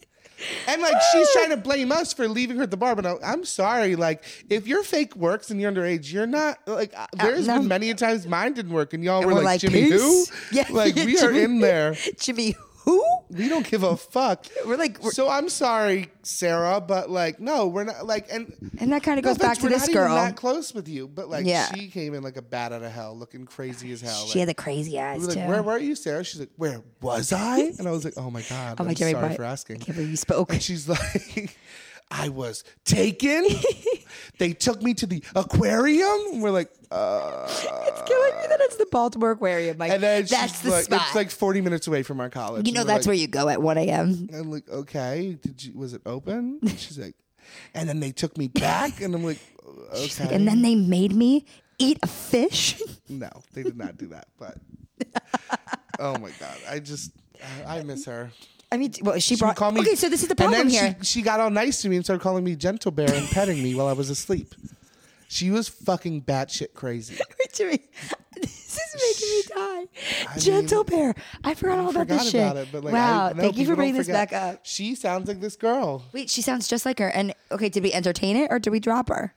[SPEAKER 1] And like, she's trying to blame us for leaving her at the bar, but I- I'm sorry. Like, if your fake works and you're underage, you're not like. uh, There's
[SPEAKER 2] no.
[SPEAKER 1] been many a times mine didn't work, and y'all were,
[SPEAKER 2] we're
[SPEAKER 1] like,
[SPEAKER 2] like,
[SPEAKER 1] "Jimmy,
[SPEAKER 2] "Peace."
[SPEAKER 1] who?"
[SPEAKER 2] Yeah,
[SPEAKER 1] like we are
[SPEAKER 2] Jimmy.
[SPEAKER 1] in there.
[SPEAKER 2] Jimmy, who?
[SPEAKER 1] We don't give a fuck.
[SPEAKER 2] We're like, we're,
[SPEAKER 1] so I'm sorry, Sarah, but like, no, we're not like, and
[SPEAKER 2] and that kind of
[SPEAKER 1] no
[SPEAKER 2] goes
[SPEAKER 1] offense,
[SPEAKER 2] back to
[SPEAKER 1] we're
[SPEAKER 2] this
[SPEAKER 1] not even
[SPEAKER 2] girl.
[SPEAKER 1] that close with you, but like
[SPEAKER 2] Yeah.
[SPEAKER 1] she came in like a bat out of hell, looking crazy as hell.
[SPEAKER 2] She
[SPEAKER 1] like,
[SPEAKER 2] had the crazy eyes
[SPEAKER 1] we were
[SPEAKER 2] too.
[SPEAKER 1] like, where were you, Sarah? She's like, where was I? And I was like, oh my god,
[SPEAKER 2] oh my
[SPEAKER 1] I'm
[SPEAKER 2] Jimmy,
[SPEAKER 1] sorry
[SPEAKER 2] but-
[SPEAKER 1] for
[SPEAKER 2] I
[SPEAKER 1] asking.
[SPEAKER 2] can't believe you spoke.
[SPEAKER 1] And she's like, I was taken. they took me to the aquarium. And we're like, uh.
[SPEAKER 2] it's killing me that it's the Baltimore Aquarium. Like,
[SPEAKER 1] And then
[SPEAKER 2] that's
[SPEAKER 1] she's
[SPEAKER 2] the
[SPEAKER 1] like,
[SPEAKER 2] spot.
[SPEAKER 1] It's like 40 minutes away from our college.
[SPEAKER 2] you know, that's where you go at 1 a.m.
[SPEAKER 1] where. I'm like, okay, did you? Was it open? And she's like, and then they took me back, and I'm like, okay.
[SPEAKER 2] And then they made me eat a fish.
[SPEAKER 1] No, they did not do that. But oh my god, I just I I miss her.
[SPEAKER 2] I mean, well, she
[SPEAKER 1] She would
[SPEAKER 2] brought.
[SPEAKER 1] call me.
[SPEAKER 2] okay, so this is the
[SPEAKER 1] and then
[SPEAKER 2] problem here.
[SPEAKER 1] She, she got all nice to me and started calling me gentle bear and petting me while I was asleep. She was fucking batshit crazy.
[SPEAKER 2] Wait, Jimmy, this is making me die.
[SPEAKER 1] I
[SPEAKER 2] Gentle bear. I forgot all about
[SPEAKER 1] Forgot
[SPEAKER 2] this shit.
[SPEAKER 1] about it, but like,
[SPEAKER 2] wow,
[SPEAKER 1] I, no,
[SPEAKER 2] thank you
[SPEAKER 1] people
[SPEAKER 2] for bringing
[SPEAKER 1] don't
[SPEAKER 2] this
[SPEAKER 1] forget.
[SPEAKER 2] back up.
[SPEAKER 1] She sounds like this girl.
[SPEAKER 2] Wait, she sounds just like her. And okay, did we entertain it or did we drop her?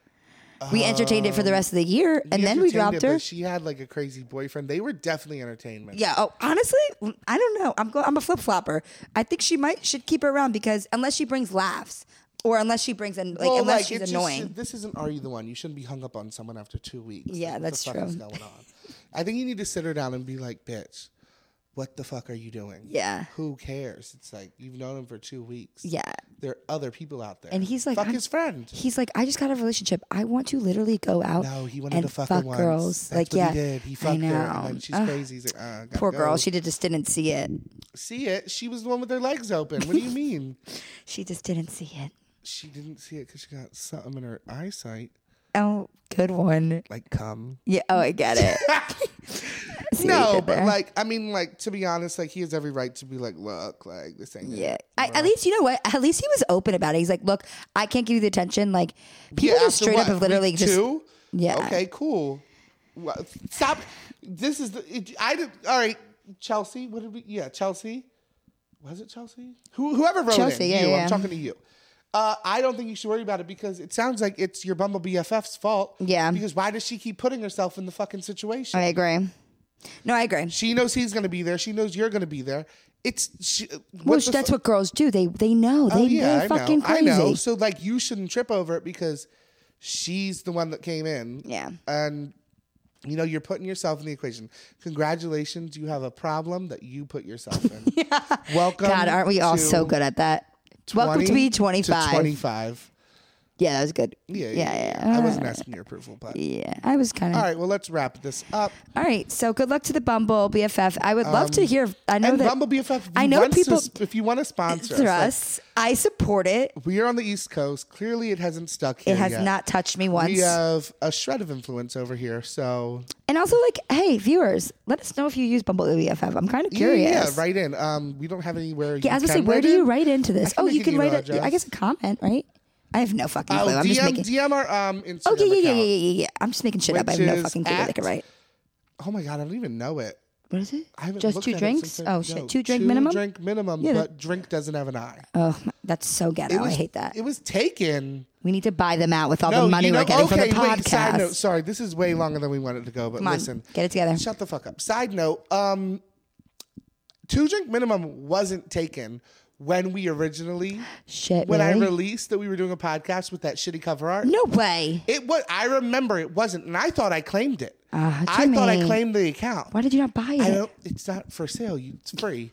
[SPEAKER 2] We entertained it for the rest of the year, and then we
[SPEAKER 1] Um, entertained
[SPEAKER 2] dropped
[SPEAKER 1] it,
[SPEAKER 2] her.
[SPEAKER 1] but She had like a crazy boyfriend. They were definitely entertainment.
[SPEAKER 2] Yeah. Oh, honestly, I don't know. I'm go- I'm a flip flopper. I think she might should keep her around because unless she brings laughs, or unless she brings in like
[SPEAKER 1] Well,
[SPEAKER 2] unless
[SPEAKER 1] like, it
[SPEAKER 2] she's
[SPEAKER 1] just-
[SPEAKER 2] annoying.
[SPEAKER 1] this isn't Are You the One? You shouldn't be hung up on someone after two weeks. Like,
[SPEAKER 2] Yeah,
[SPEAKER 1] what
[SPEAKER 2] that's
[SPEAKER 1] the fuck Is
[SPEAKER 2] true.
[SPEAKER 1] going on? I think you need to sit her down and be like, bitch, what the fuck are you doing?
[SPEAKER 2] Yeah.
[SPEAKER 1] Who cares? It's like, you've known him for two weeks.
[SPEAKER 2] yeah.
[SPEAKER 1] There are other people out there.
[SPEAKER 2] And he's like,
[SPEAKER 1] fuck
[SPEAKER 2] I'm-
[SPEAKER 1] his friend.
[SPEAKER 2] He's like, I just got a relationship. I want to literally go out
[SPEAKER 1] No, he wanted
[SPEAKER 2] and
[SPEAKER 1] to fuck,
[SPEAKER 2] fuck,
[SPEAKER 1] her once.
[SPEAKER 2] girls.
[SPEAKER 1] That's
[SPEAKER 2] like,
[SPEAKER 1] what
[SPEAKER 2] yeah,
[SPEAKER 1] he did. He
[SPEAKER 2] I
[SPEAKER 1] fucked
[SPEAKER 2] know.
[SPEAKER 1] her. And then she's
[SPEAKER 2] Ugh,
[SPEAKER 1] crazy. He's like, uh, gotta
[SPEAKER 2] Poor girl.
[SPEAKER 1] go.
[SPEAKER 2] She did- just didn't see it.
[SPEAKER 1] see it. She was the one with her legs open. What do you mean?
[SPEAKER 2] She just didn't see it.
[SPEAKER 1] she didn't see it because she got something in her eyesight,
[SPEAKER 2] Oh, good one.
[SPEAKER 1] like cum.
[SPEAKER 2] Yeah. Oh, I get it. See what you
[SPEAKER 1] No,
[SPEAKER 2] did
[SPEAKER 1] but
[SPEAKER 2] there.
[SPEAKER 1] like, I mean, like to be honest, like he has every right to be like, look, like this ain't. it."
[SPEAKER 2] Yeah. I, at least you know what. At least he was open about it. He's like, look, I can't give you the attention. Like people
[SPEAKER 1] after
[SPEAKER 2] just straight
[SPEAKER 1] what,
[SPEAKER 2] up have literally
[SPEAKER 1] week
[SPEAKER 2] just
[SPEAKER 1] two?
[SPEAKER 2] Yeah.
[SPEAKER 1] Okay, cool. Wha- Stop. This is the. It, I did. All right, Chelsea. What did we? Yeah, Chelsea. Was it Chelsea? Who, whoever wrote
[SPEAKER 2] Chelsea,
[SPEAKER 1] it.
[SPEAKER 2] yeah,
[SPEAKER 1] you.
[SPEAKER 2] yeah.
[SPEAKER 1] I'm talking to you. Uh, I don't think you should worry about it because it sounds like it's your Bumble BFF's fault.
[SPEAKER 2] Yeah.
[SPEAKER 1] Because why does she keep putting herself in the fucking situation?
[SPEAKER 2] I agree. No, I agree.
[SPEAKER 1] She knows he's going to be there. She knows you're going to be there. It's she, what
[SPEAKER 2] Well,
[SPEAKER 1] the
[SPEAKER 2] that's
[SPEAKER 1] fu-
[SPEAKER 2] what girls do. They they know. They,
[SPEAKER 1] Oh, yeah,
[SPEAKER 2] they
[SPEAKER 1] I
[SPEAKER 2] fucking
[SPEAKER 1] know.
[SPEAKER 2] crazy.
[SPEAKER 1] I know. So like, you shouldn't trip over it because she's the one that came in.
[SPEAKER 2] Yeah.
[SPEAKER 1] and you know you're putting yourself in the equation. Congratulations, you have a problem that you put yourself in. Welcome.
[SPEAKER 2] God, aren't we all
[SPEAKER 1] to
[SPEAKER 2] so good at that? Welcome to
[SPEAKER 1] 20
[SPEAKER 2] be
[SPEAKER 1] to
[SPEAKER 2] 25.
[SPEAKER 1] 25.
[SPEAKER 2] Yeah, that was good.
[SPEAKER 1] Yeah,
[SPEAKER 2] yeah, yeah.
[SPEAKER 1] I
[SPEAKER 2] Uh,
[SPEAKER 1] wasn't asking your approval, but
[SPEAKER 2] Yeah, I was kind of.
[SPEAKER 1] all right. Well, let's wrap this up.
[SPEAKER 2] All right. So good luck to the Bumble BFF. I would love to hear. I know
[SPEAKER 1] Um, And
[SPEAKER 2] that
[SPEAKER 1] Bumble BFF. if
[SPEAKER 2] I
[SPEAKER 1] you
[SPEAKER 2] know
[SPEAKER 1] want to
[SPEAKER 2] people-
[SPEAKER 1] sp- if you want to sponsor us,
[SPEAKER 2] for
[SPEAKER 1] like,
[SPEAKER 2] us, I support it.
[SPEAKER 1] we are on the East Coast. Clearly, it hasn't stuck here.
[SPEAKER 2] It has
[SPEAKER 1] yet.
[SPEAKER 2] not touched me once.
[SPEAKER 1] We uh, have a shred of influence over here, so
[SPEAKER 2] and also, like, hey, viewers, let us know if you use Bumble BFF. I'm kind of
[SPEAKER 1] Yeah,
[SPEAKER 2] curious.
[SPEAKER 1] Yeah, write in. Um, we don't have anywhere.
[SPEAKER 2] Yeah, I was
[SPEAKER 1] you
[SPEAKER 2] gonna say,
[SPEAKER 1] can
[SPEAKER 2] where do you
[SPEAKER 1] in.
[SPEAKER 2] write into this?
[SPEAKER 1] I can
[SPEAKER 2] Oh,
[SPEAKER 1] make
[SPEAKER 2] you
[SPEAKER 1] an
[SPEAKER 2] can
[SPEAKER 1] email
[SPEAKER 2] write it.
[SPEAKER 1] address.
[SPEAKER 2] I guess a comment, right? I have no fucking
[SPEAKER 1] Oh,
[SPEAKER 2] clue. I'm
[SPEAKER 1] DM,
[SPEAKER 2] just making.
[SPEAKER 1] DM our um Instagram
[SPEAKER 2] Oh yeah, yeah, yeah, yeah,
[SPEAKER 1] account.
[SPEAKER 2] yeah, yeah. I'm just making shit up. I
[SPEAKER 1] Which
[SPEAKER 2] have no
[SPEAKER 1] is
[SPEAKER 2] fucking clue what I
[SPEAKER 1] at-
[SPEAKER 2] can write.
[SPEAKER 1] Oh my god, I don't even know it.
[SPEAKER 2] What is it?
[SPEAKER 1] I haven't
[SPEAKER 2] Just
[SPEAKER 1] looked
[SPEAKER 2] two
[SPEAKER 1] at it
[SPEAKER 2] drinks?
[SPEAKER 1] since I-
[SPEAKER 2] Oh
[SPEAKER 1] no,
[SPEAKER 2] shit, two drink
[SPEAKER 1] two
[SPEAKER 2] minimum.
[SPEAKER 1] Drink minimum,
[SPEAKER 2] Yeah,
[SPEAKER 1] but drink doesn't have an eye.
[SPEAKER 2] Oh, my- that's so ghetto. I
[SPEAKER 1] was-
[SPEAKER 2] hate that.
[SPEAKER 1] It was taken.
[SPEAKER 2] we need to buy them out with all
[SPEAKER 1] no,
[SPEAKER 2] the money
[SPEAKER 1] you know,
[SPEAKER 2] we're getting
[SPEAKER 1] okay,
[SPEAKER 2] from the
[SPEAKER 1] Wait, side note.
[SPEAKER 2] podcast.
[SPEAKER 1] Sorry, this is way longer than we wanted to go. But
[SPEAKER 2] Come on,
[SPEAKER 1] listen,
[SPEAKER 2] get it together.
[SPEAKER 1] Shut the fuck up. Side note, um, two drink minimum wasn't taken when we originally
[SPEAKER 2] Shit,
[SPEAKER 1] when I
[SPEAKER 2] really?
[SPEAKER 1] released that we were doing a podcast with that shitty cover art.
[SPEAKER 2] no way.
[SPEAKER 1] It was. I remember it wasn't, and I thought I claimed it.
[SPEAKER 2] Ah,
[SPEAKER 1] I thought I
[SPEAKER 2] Jimmy.
[SPEAKER 1] claimed the account.
[SPEAKER 2] Why did you not buy
[SPEAKER 1] I
[SPEAKER 2] it?
[SPEAKER 1] don't. It's not for sale. You, it's free,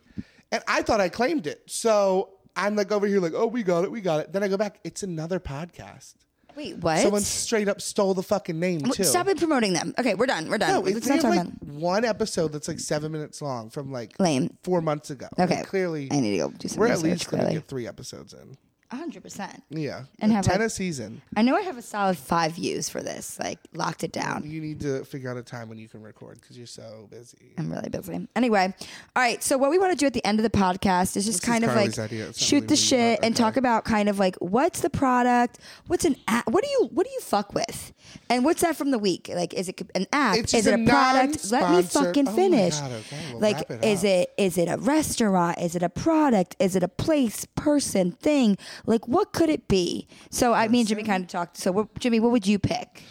[SPEAKER 1] and I thought I claimed it. So I'm like over here, like, oh, we got it, we got it. Then I go back. It's another podcast.
[SPEAKER 2] Wait, what?
[SPEAKER 1] Someone straight up stole the fucking name
[SPEAKER 2] Wait,
[SPEAKER 1] too.
[SPEAKER 2] Stop it promoting them. Okay, we're done. We're done.
[SPEAKER 1] No, it's
[SPEAKER 2] Let's not talk
[SPEAKER 1] like
[SPEAKER 2] about them.
[SPEAKER 1] one episode that's like seven minutes long from like
[SPEAKER 2] Lame.
[SPEAKER 1] four months ago. Like,
[SPEAKER 2] Okay,
[SPEAKER 1] clearly,
[SPEAKER 2] I need to go do some
[SPEAKER 1] we're at
[SPEAKER 2] research.
[SPEAKER 1] least gonna
[SPEAKER 2] clearly.
[SPEAKER 1] get three episodes in.
[SPEAKER 2] hundred percent.
[SPEAKER 1] Yeah,
[SPEAKER 2] And have, like-
[SPEAKER 1] ten a season.
[SPEAKER 2] I know I have a solid five views for this. Like locked it down.
[SPEAKER 1] You need to figure out a time when you can record because you're so busy.
[SPEAKER 2] I'm really busy. Anyway, all right. So what we want to do at the end of the podcast is
[SPEAKER 1] is
[SPEAKER 2] just kind of
[SPEAKER 1] Carly's
[SPEAKER 2] like
[SPEAKER 1] idea. It's not really
[SPEAKER 2] shoot the
[SPEAKER 1] me,
[SPEAKER 2] shit
[SPEAKER 1] but
[SPEAKER 2] and
[SPEAKER 1] okay.
[SPEAKER 2] talk about kind of like what's the product, what's an app, what do you what do you fuck with, and what's that from the week? Like, is it an app?
[SPEAKER 1] It's
[SPEAKER 2] is
[SPEAKER 1] just
[SPEAKER 2] it
[SPEAKER 1] a
[SPEAKER 2] a product? Let me
[SPEAKER 1] non-sponsor-
[SPEAKER 2] fucking
[SPEAKER 1] Oh my
[SPEAKER 2] finish.
[SPEAKER 1] God, okay, well,
[SPEAKER 2] like,
[SPEAKER 1] wrap it
[SPEAKER 2] is
[SPEAKER 1] up.
[SPEAKER 2] it is it a restaurant? Is it a product? Is it a place, person, thing? Like, what could it be? So I mean, Jimmy kind of talked. So what, Jimmy, what would you pick?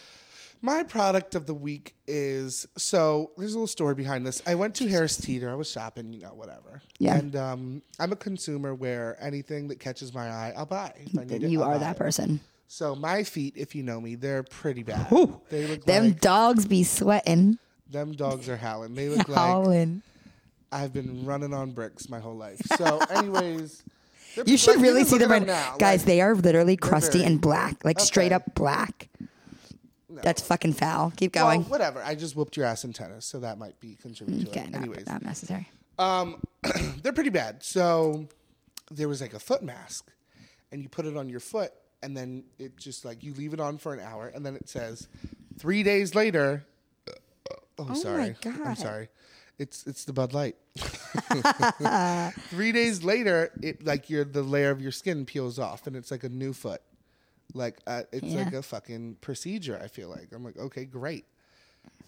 [SPEAKER 1] My product of the week is so there's a little story behind this. I went to Harris Teeter. I was shopping, you know, whatever.
[SPEAKER 2] Yeah.
[SPEAKER 1] And um, I'm a consumer where anything that catches my eye, I'll buy. If I need it,
[SPEAKER 2] You
[SPEAKER 1] I'll
[SPEAKER 2] are
[SPEAKER 1] buy
[SPEAKER 2] that
[SPEAKER 1] it.
[SPEAKER 2] person.
[SPEAKER 1] So my feet, if you know me, they're pretty bad. They look
[SPEAKER 2] Them
[SPEAKER 1] like
[SPEAKER 2] dogs be sweating.
[SPEAKER 1] them dogs are howling. They look like
[SPEAKER 2] Howling.
[SPEAKER 1] I've been running on bricks my whole life. So, anyways, they're-
[SPEAKER 2] You should
[SPEAKER 1] like,
[SPEAKER 2] really
[SPEAKER 1] even
[SPEAKER 2] see them
[SPEAKER 1] look
[SPEAKER 2] right
[SPEAKER 1] at
[SPEAKER 2] now.
[SPEAKER 1] now.
[SPEAKER 2] Guys,
[SPEAKER 1] Like,
[SPEAKER 2] they are literally crusty
[SPEAKER 1] very-
[SPEAKER 2] and black, like straight
[SPEAKER 1] Okay.
[SPEAKER 2] up black. That's fucking foul. Keep going.
[SPEAKER 1] well, whatever. I just whooped your ass in tennis, so that might be contributing to
[SPEAKER 2] okay,
[SPEAKER 1] it.
[SPEAKER 2] not,
[SPEAKER 1] Anyways,
[SPEAKER 2] not necessary.
[SPEAKER 1] um, they're pretty bad. So there was like a foot mask, and you put it on your foot, and then it just like you leave it on for an hour, and then it says three days later. Oh, sorry. I'm
[SPEAKER 2] God.
[SPEAKER 1] sorry. It's it's the Bud Light. three days later, it like your the layer of your skin peels off, and it's like a new foot. Like uh, it's
[SPEAKER 2] Yeah.
[SPEAKER 1] like a fucking procedure. I feel like I'm like okay, great.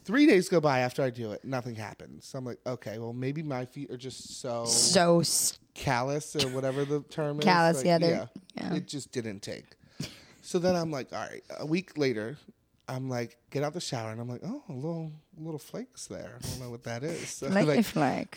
[SPEAKER 1] Three days go by after I do it, nothing happens. So I'm like, okay, well maybe my feet are just so
[SPEAKER 2] So s-
[SPEAKER 1] callous or whatever the term is.
[SPEAKER 2] Callous,
[SPEAKER 1] like,
[SPEAKER 2] yeah, they're- yeah.
[SPEAKER 1] It just didn't take. So then I'm like, all right. A week later, I'm like, get out the shower, and I'm like, oh, little little flakes there. I don't know what that is. So
[SPEAKER 2] like,
[SPEAKER 1] like,
[SPEAKER 2] if like,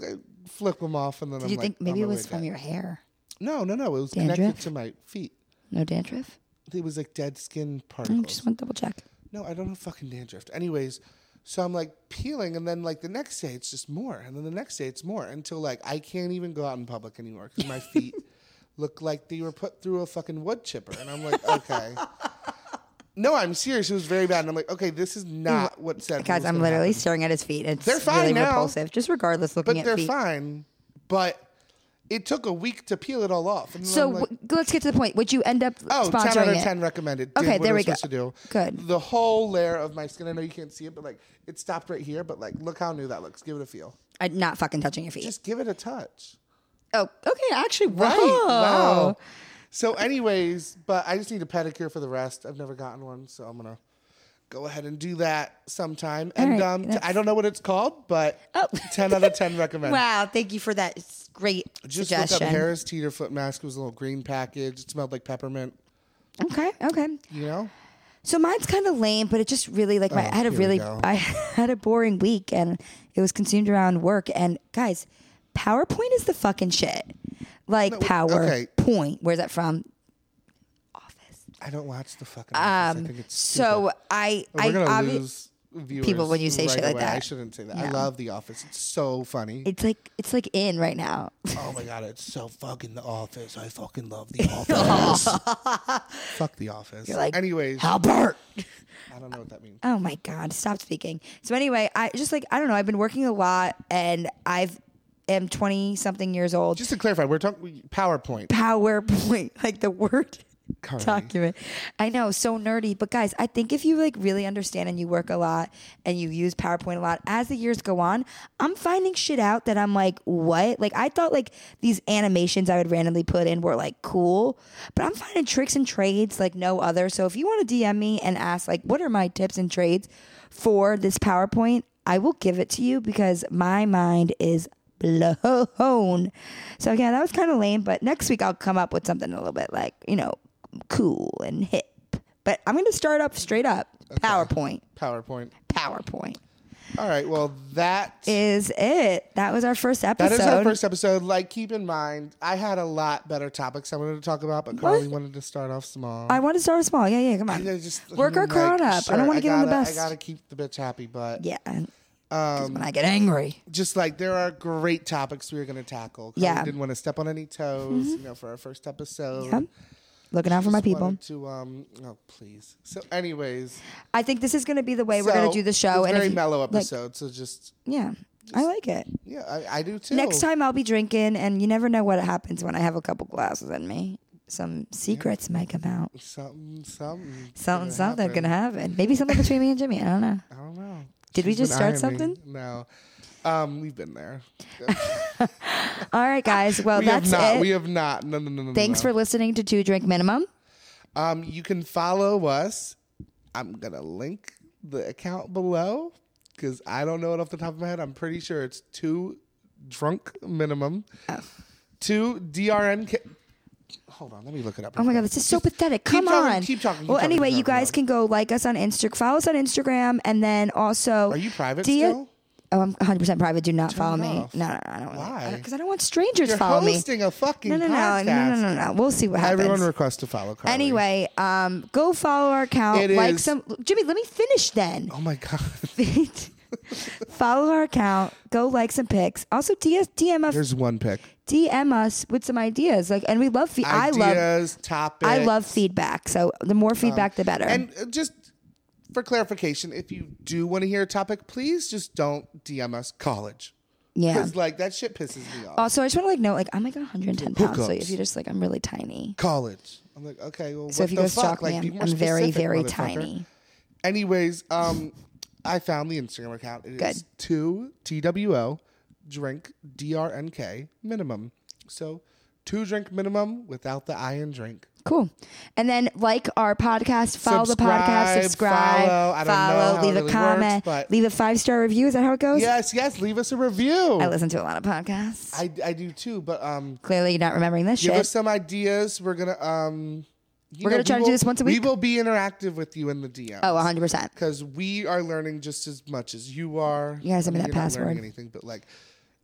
[SPEAKER 1] I flip them off, and then I'm
[SPEAKER 2] do you
[SPEAKER 1] like,
[SPEAKER 2] think maybe
[SPEAKER 1] on
[SPEAKER 2] it
[SPEAKER 1] my
[SPEAKER 2] was
[SPEAKER 1] way
[SPEAKER 2] from
[SPEAKER 1] back.
[SPEAKER 2] your hair?
[SPEAKER 1] No, no, no. It was connected
[SPEAKER 2] Dandruff?
[SPEAKER 1] to my feet.
[SPEAKER 2] No dandruff?
[SPEAKER 1] It was like dead skin
[SPEAKER 2] I
[SPEAKER 1] particles.
[SPEAKER 2] just want to double check.
[SPEAKER 1] no, I don't have fucking dandruff. Anyways, so I'm like peeling, and then like the next day it's just more, and then the next day it's more until like I can't even go out in public anymore because my feet looked like they were put through a fucking wood chipper. And I'm like, okay. no, I'm serious. It was very bad. And I'm like, okay, this is not what said.
[SPEAKER 2] Guys,
[SPEAKER 1] was
[SPEAKER 2] I'm
[SPEAKER 1] gonna
[SPEAKER 2] literally
[SPEAKER 1] happen.
[SPEAKER 2] staring at his feet. It's
[SPEAKER 1] They're fine
[SPEAKER 2] really
[SPEAKER 1] now.
[SPEAKER 2] repulsive. Just regardless, looking
[SPEAKER 1] But
[SPEAKER 2] at
[SPEAKER 1] they're
[SPEAKER 2] feet.
[SPEAKER 1] fine. But it took a week to peel it all off. And
[SPEAKER 2] So
[SPEAKER 1] I'm like,
[SPEAKER 2] w- let's get to the point. Would you end up
[SPEAKER 1] Oh,
[SPEAKER 2] sponsoring
[SPEAKER 1] 10 out of
[SPEAKER 2] it?
[SPEAKER 1] 10 recommended. Did
[SPEAKER 2] Okay,
[SPEAKER 1] what
[SPEAKER 2] there
[SPEAKER 1] it
[SPEAKER 2] we
[SPEAKER 1] was
[SPEAKER 2] go.
[SPEAKER 1] supposed to do.
[SPEAKER 2] Good.
[SPEAKER 1] The whole layer of my skin. I know you can't see it, but like it stopped right here. But like, look how new that looks. Give it a feel.
[SPEAKER 2] I'm Uh, not fucking touching your feet.
[SPEAKER 1] Just give it a touch.
[SPEAKER 2] oh, okay. Actually, wow.
[SPEAKER 1] Right. Wow. So, anyways, but I just need a pedicure for the rest. I've never gotten one, so I'm gonna go ahead and do that sometime. And
[SPEAKER 2] right,
[SPEAKER 1] um, t-
[SPEAKER 2] that's-
[SPEAKER 1] I don't know what it's called, but
[SPEAKER 2] Oh.
[SPEAKER 1] 10 out of 10 recommended.
[SPEAKER 2] Wow. Thank you for that s- great
[SPEAKER 1] Just look up
[SPEAKER 2] suggestion.
[SPEAKER 1] Harris Teeter foot mask. It was a little green package. It smelled like peppermint.
[SPEAKER 2] Okay. Okay.
[SPEAKER 1] You know,
[SPEAKER 2] So mine's kind of lame, but it just really like my, I had a
[SPEAKER 1] Oh, here we
[SPEAKER 2] really
[SPEAKER 1] go.
[SPEAKER 2] I had a boring week, and it was consumed around work. And guys, PowerPoint is the fucking shit. Like
[SPEAKER 1] okay.
[SPEAKER 2] PowerPoint, where's that from? Office.
[SPEAKER 1] I don't watch the fucking. Office. I think it's
[SPEAKER 2] Um, So
[SPEAKER 1] stupid.
[SPEAKER 2] I
[SPEAKER 1] Oh, we're
[SPEAKER 2] I
[SPEAKER 1] gonna
[SPEAKER 2] obvi-
[SPEAKER 1] lose viewers
[SPEAKER 2] people when you say
[SPEAKER 1] right
[SPEAKER 2] shit like
[SPEAKER 1] away. I
[SPEAKER 2] that.
[SPEAKER 1] shouldn't say that. I love The Office. It's so funny.
[SPEAKER 2] it's like it's like in right now.
[SPEAKER 1] oh my god, it's so fucking The Office. I fucking love The Office. Fuck The Office.
[SPEAKER 2] like,
[SPEAKER 1] anyways,
[SPEAKER 2] Albert.
[SPEAKER 1] I don't know what that means.
[SPEAKER 2] Oh my God, stop speaking. So anyway, I just like I don't know. I've been working a lot, and I've am twenty something years old.
[SPEAKER 1] Just to clarify, we're talking PowerPoint.
[SPEAKER 2] PowerPoint, like the word
[SPEAKER 1] Carly.
[SPEAKER 2] document. I know, so nerdy. But guys, I think if you like really understand and you work a lot and you use PowerPoint a lot, as the years go on, I'm finding shit out that I'm like, what? Like I thought like these animations I would randomly put in were like cool, but I'm finding tricks and trades like no other. So if you want to DM me and ask like, what are my tips and trades for this PowerPoint? I will give it to you because my mind is blown. So yeah, that was kind of lame. But next week I'll come up with something a little bit like you know cool and hip. But I'm going to start up straight up PowerPoint.
[SPEAKER 1] PowerPoint.
[SPEAKER 2] PowerPoint
[SPEAKER 1] All right. Well, that
[SPEAKER 2] is it. That was our first episode.
[SPEAKER 1] that is our first episode. Like, keep in mind, I had a lot better topics I wanted to talk about, but Carly wanted to start off small.
[SPEAKER 2] I want to start small. Yeah, yeah, come
[SPEAKER 1] I
[SPEAKER 2] on.
[SPEAKER 1] just-
[SPEAKER 2] Work our
[SPEAKER 1] I'm like,
[SPEAKER 2] crowd up. I
[SPEAKER 1] sure,
[SPEAKER 2] don't want to give them the
[SPEAKER 1] gotta-
[SPEAKER 2] best.
[SPEAKER 1] I gotta keep the bitch happy, but um,
[SPEAKER 2] yeah. 'Cause when I get angry.
[SPEAKER 1] just like there are great topics we are gonna tackle. Carly
[SPEAKER 2] Yeah. Mm-hmm.
[SPEAKER 1] didn't want to step on any toes, you know, for our first episode.
[SPEAKER 2] Yep. Looking out for my
[SPEAKER 1] Just
[SPEAKER 2] people.
[SPEAKER 1] wanted To um, oh please. So, anyways,
[SPEAKER 2] I think this is going to be the way we're going
[SPEAKER 1] so
[SPEAKER 2] to do the
[SPEAKER 1] It's
[SPEAKER 2] show.
[SPEAKER 1] a
[SPEAKER 2] and if
[SPEAKER 1] very
[SPEAKER 2] you-
[SPEAKER 1] mellow
[SPEAKER 2] like,
[SPEAKER 1] episode. so just
[SPEAKER 2] yeah, I like it.
[SPEAKER 1] yeah, I, I do too.
[SPEAKER 2] Next time I'll be drinking, and you never know what happens when I have a couple glasses in me. Some secrets might come out.
[SPEAKER 1] something, something,
[SPEAKER 2] Something,
[SPEAKER 1] gonna
[SPEAKER 2] something
[SPEAKER 1] happen.
[SPEAKER 2] can happen. Maybe something between me and Jimmy. I don't know.
[SPEAKER 1] I don't know.
[SPEAKER 2] Did we
[SPEAKER 1] She's been
[SPEAKER 2] just start
[SPEAKER 1] eyeing me.
[SPEAKER 2] something?
[SPEAKER 1] No. Um, we've been there.
[SPEAKER 2] All right, guys. Well,
[SPEAKER 1] we
[SPEAKER 2] that's
[SPEAKER 1] have not.
[SPEAKER 2] it.
[SPEAKER 1] We have not. No, no, no, no.
[SPEAKER 2] Thanks
[SPEAKER 1] no.
[SPEAKER 2] for listening to Two Drink Minimum.
[SPEAKER 1] Um, you can follow us. I'm gonna link the account below because I don't know it off the top of my head. I'm pretty sure it's two drunk minimum. Two DRN. Hold on, let me look it up.
[SPEAKER 2] Oh my god, this is so pathetic.
[SPEAKER 1] keep
[SPEAKER 2] Come
[SPEAKER 1] talking,
[SPEAKER 2] on.
[SPEAKER 1] keep talking, keep
[SPEAKER 2] well,
[SPEAKER 1] talking,
[SPEAKER 2] anyway,
[SPEAKER 1] keep
[SPEAKER 2] you
[SPEAKER 1] talking,
[SPEAKER 2] guys
[SPEAKER 1] yeah.
[SPEAKER 2] can go like us on Instagram, follow us on Instagram, and then also.
[SPEAKER 1] Are you private
[SPEAKER 2] DM
[SPEAKER 1] still?
[SPEAKER 2] Oh, I'm 100 percent private. Do not follow
[SPEAKER 1] it
[SPEAKER 2] me.
[SPEAKER 1] off.
[SPEAKER 2] No, no, no, I don't.
[SPEAKER 1] Why?
[SPEAKER 2] Because I, don't want strangers
[SPEAKER 1] You're
[SPEAKER 2] follow me.
[SPEAKER 1] hosting a fucking
[SPEAKER 2] No, no, no, no,
[SPEAKER 1] podcast.
[SPEAKER 2] no, no, no, no. We'll see what happens.
[SPEAKER 1] Everyone requests to follow. Carly.
[SPEAKER 2] Anyway, um, go follow our account.
[SPEAKER 1] It
[SPEAKER 2] like
[SPEAKER 1] is-
[SPEAKER 2] some Jimmy. Let me finish then.
[SPEAKER 1] Oh my god.
[SPEAKER 2] follow our account. Go like some pics. Also, DS, DM us,
[SPEAKER 1] There's one pick.
[SPEAKER 2] DM us with some ideas. Like, and we love. Fe- I love.
[SPEAKER 1] Ideas, topics.
[SPEAKER 2] I love feedback. So the more feedback, the better.
[SPEAKER 1] And uh, just for clarification, if you do want to hear a topic, please just don't DM us college.
[SPEAKER 2] yeah.
[SPEAKER 1] Because like that shit pisses me off.
[SPEAKER 2] Also, Oh, I just want to like note, like I'm like 110 pounds. So
[SPEAKER 1] Hookups.
[SPEAKER 2] if you're just like, I'm really tiny.
[SPEAKER 1] college. I'm like, okay, well,
[SPEAKER 2] So
[SPEAKER 1] what
[SPEAKER 2] if you
[SPEAKER 1] the
[SPEAKER 2] go
[SPEAKER 1] fuck?
[SPEAKER 2] stalk
[SPEAKER 1] like,
[SPEAKER 2] me,
[SPEAKER 1] be
[SPEAKER 2] I'm,
[SPEAKER 1] more
[SPEAKER 2] I'm very,
[SPEAKER 1] specific,
[SPEAKER 2] very
[SPEAKER 1] motherfucker.
[SPEAKER 2] tiny.
[SPEAKER 1] Anyways, um, I found the Instagram account. It is
[SPEAKER 2] Good.
[SPEAKER 1] two T W O drink D R N K minimum. So two drink minimum without the I in drink.
[SPEAKER 2] Cool. And then like our podcast, follow the
[SPEAKER 1] Subscribe,
[SPEAKER 2] podcast, subscribe,
[SPEAKER 1] follow. I don't know how it
[SPEAKER 2] leave
[SPEAKER 1] really
[SPEAKER 2] a comment,
[SPEAKER 1] works, but-
[SPEAKER 2] leave a five star review. Is that how it goes?
[SPEAKER 1] Yes, yes. Leave us a review.
[SPEAKER 2] I listen to a lot of podcasts.
[SPEAKER 1] I, I do too, but um,
[SPEAKER 2] Clearly, you're not remembering this
[SPEAKER 1] give
[SPEAKER 2] shit.
[SPEAKER 1] us some ideas. We're gonna um, you
[SPEAKER 2] We're
[SPEAKER 1] know,
[SPEAKER 2] gonna try
[SPEAKER 1] we
[SPEAKER 2] to do
[SPEAKER 1] will-
[SPEAKER 2] this once a
[SPEAKER 1] We
[SPEAKER 2] week?
[SPEAKER 1] will be interactive with you in the DM.
[SPEAKER 2] oh, 100 percent.
[SPEAKER 1] because we are learning just as much as you are.
[SPEAKER 2] You guys send me
[SPEAKER 1] I mean,
[SPEAKER 2] that
[SPEAKER 1] you're not learning
[SPEAKER 2] password.
[SPEAKER 1] anything, but like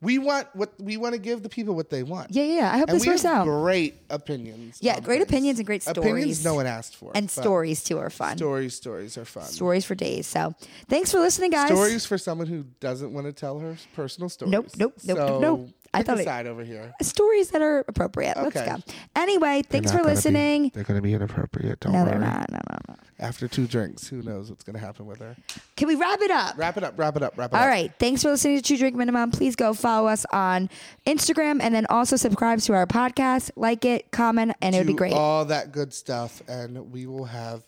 [SPEAKER 1] We want what we want to give the people what they want.
[SPEAKER 2] Yeah, yeah, yeah. I hope
[SPEAKER 1] and
[SPEAKER 2] this
[SPEAKER 1] we
[SPEAKER 2] works
[SPEAKER 1] have
[SPEAKER 2] out.
[SPEAKER 1] Great opinions.
[SPEAKER 2] Yeah,
[SPEAKER 1] on
[SPEAKER 2] great
[SPEAKER 1] things.
[SPEAKER 2] opinions and great
[SPEAKER 1] Opinions
[SPEAKER 2] stories.
[SPEAKER 1] no one asked for.
[SPEAKER 2] and
[SPEAKER 1] but
[SPEAKER 2] stories too are fun.
[SPEAKER 1] Stories, stories are fun.
[SPEAKER 2] Stories for days. So thanks for listening, guys.
[SPEAKER 1] Stories for someone who doesn't want to tell her personal stories.
[SPEAKER 2] Nope, nope, nope,
[SPEAKER 1] so
[SPEAKER 2] nope, nope. I
[SPEAKER 1] pick
[SPEAKER 2] thought
[SPEAKER 1] a
[SPEAKER 2] it-
[SPEAKER 1] side over here.
[SPEAKER 2] Stories that are appropriate.
[SPEAKER 1] Okay.
[SPEAKER 2] Let's go. Anyway, thanks
[SPEAKER 1] They're
[SPEAKER 2] for
[SPEAKER 1] not gonna be-
[SPEAKER 2] listening.
[SPEAKER 1] they're going to be inappropriate. Don't
[SPEAKER 2] No,
[SPEAKER 1] worry.
[SPEAKER 2] they're not. No, no, no.
[SPEAKER 1] After two drinks, who knows what's going to happen with her?
[SPEAKER 2] Can we wrap it up?
[SPEAKER 1] Wrap it up. Wrap it up. Wrap it up.
[SPEAKER 2] All right. Thanks for listening to True Drink Minimum. Please go follow us on Instagram and then also subscribe to our podcast. Like it, comment, and it would be
[SPEAKER 1] Do
[SPEAKER 2] great.
[SPEAKER 1] All that good stuff, and we will have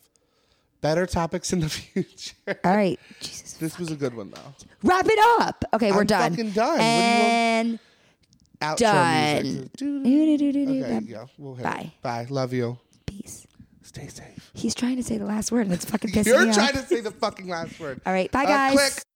[SPEAKER 1] better topics in the future.
[SPEAKER 2] All right. Jesus.
[SPEAKER 1] this was a good one though.
[SPEAKER 2] Wrap it up. Okay, we're
[SPEAKER 1] I'm
[SPEAKER 2] done.
[SPEAKER 1] fucking done. What do you
[SPEAKER 2] And
[SPEAKER 1] Outro
[SPEAKER 2] Done.
[SPEAKER 1] music. Doo-doo. Okay,
[SPEAKER 2] Okay.
[SPEAKER 1] yeah, we'll hit
[SPEAKER 2] Bye.
[SPEAKER 1] It. Bye. Love you.
[SPEAKER 2] peace.
[SPEAKER 1] Stay safe.
[SPEAKER 2] He's trying to say the last word and it's fucking pissing
[SPEAKER 1] You're
[SPEAKER 2] me off.
[SPEAKER 1] trying to say the fucking last word.
[SPEAKER 2] All right. Bye,
[SPEAKER 1] Uh,
[SPEAKER 2] guys.
[SPEAKER 1] click.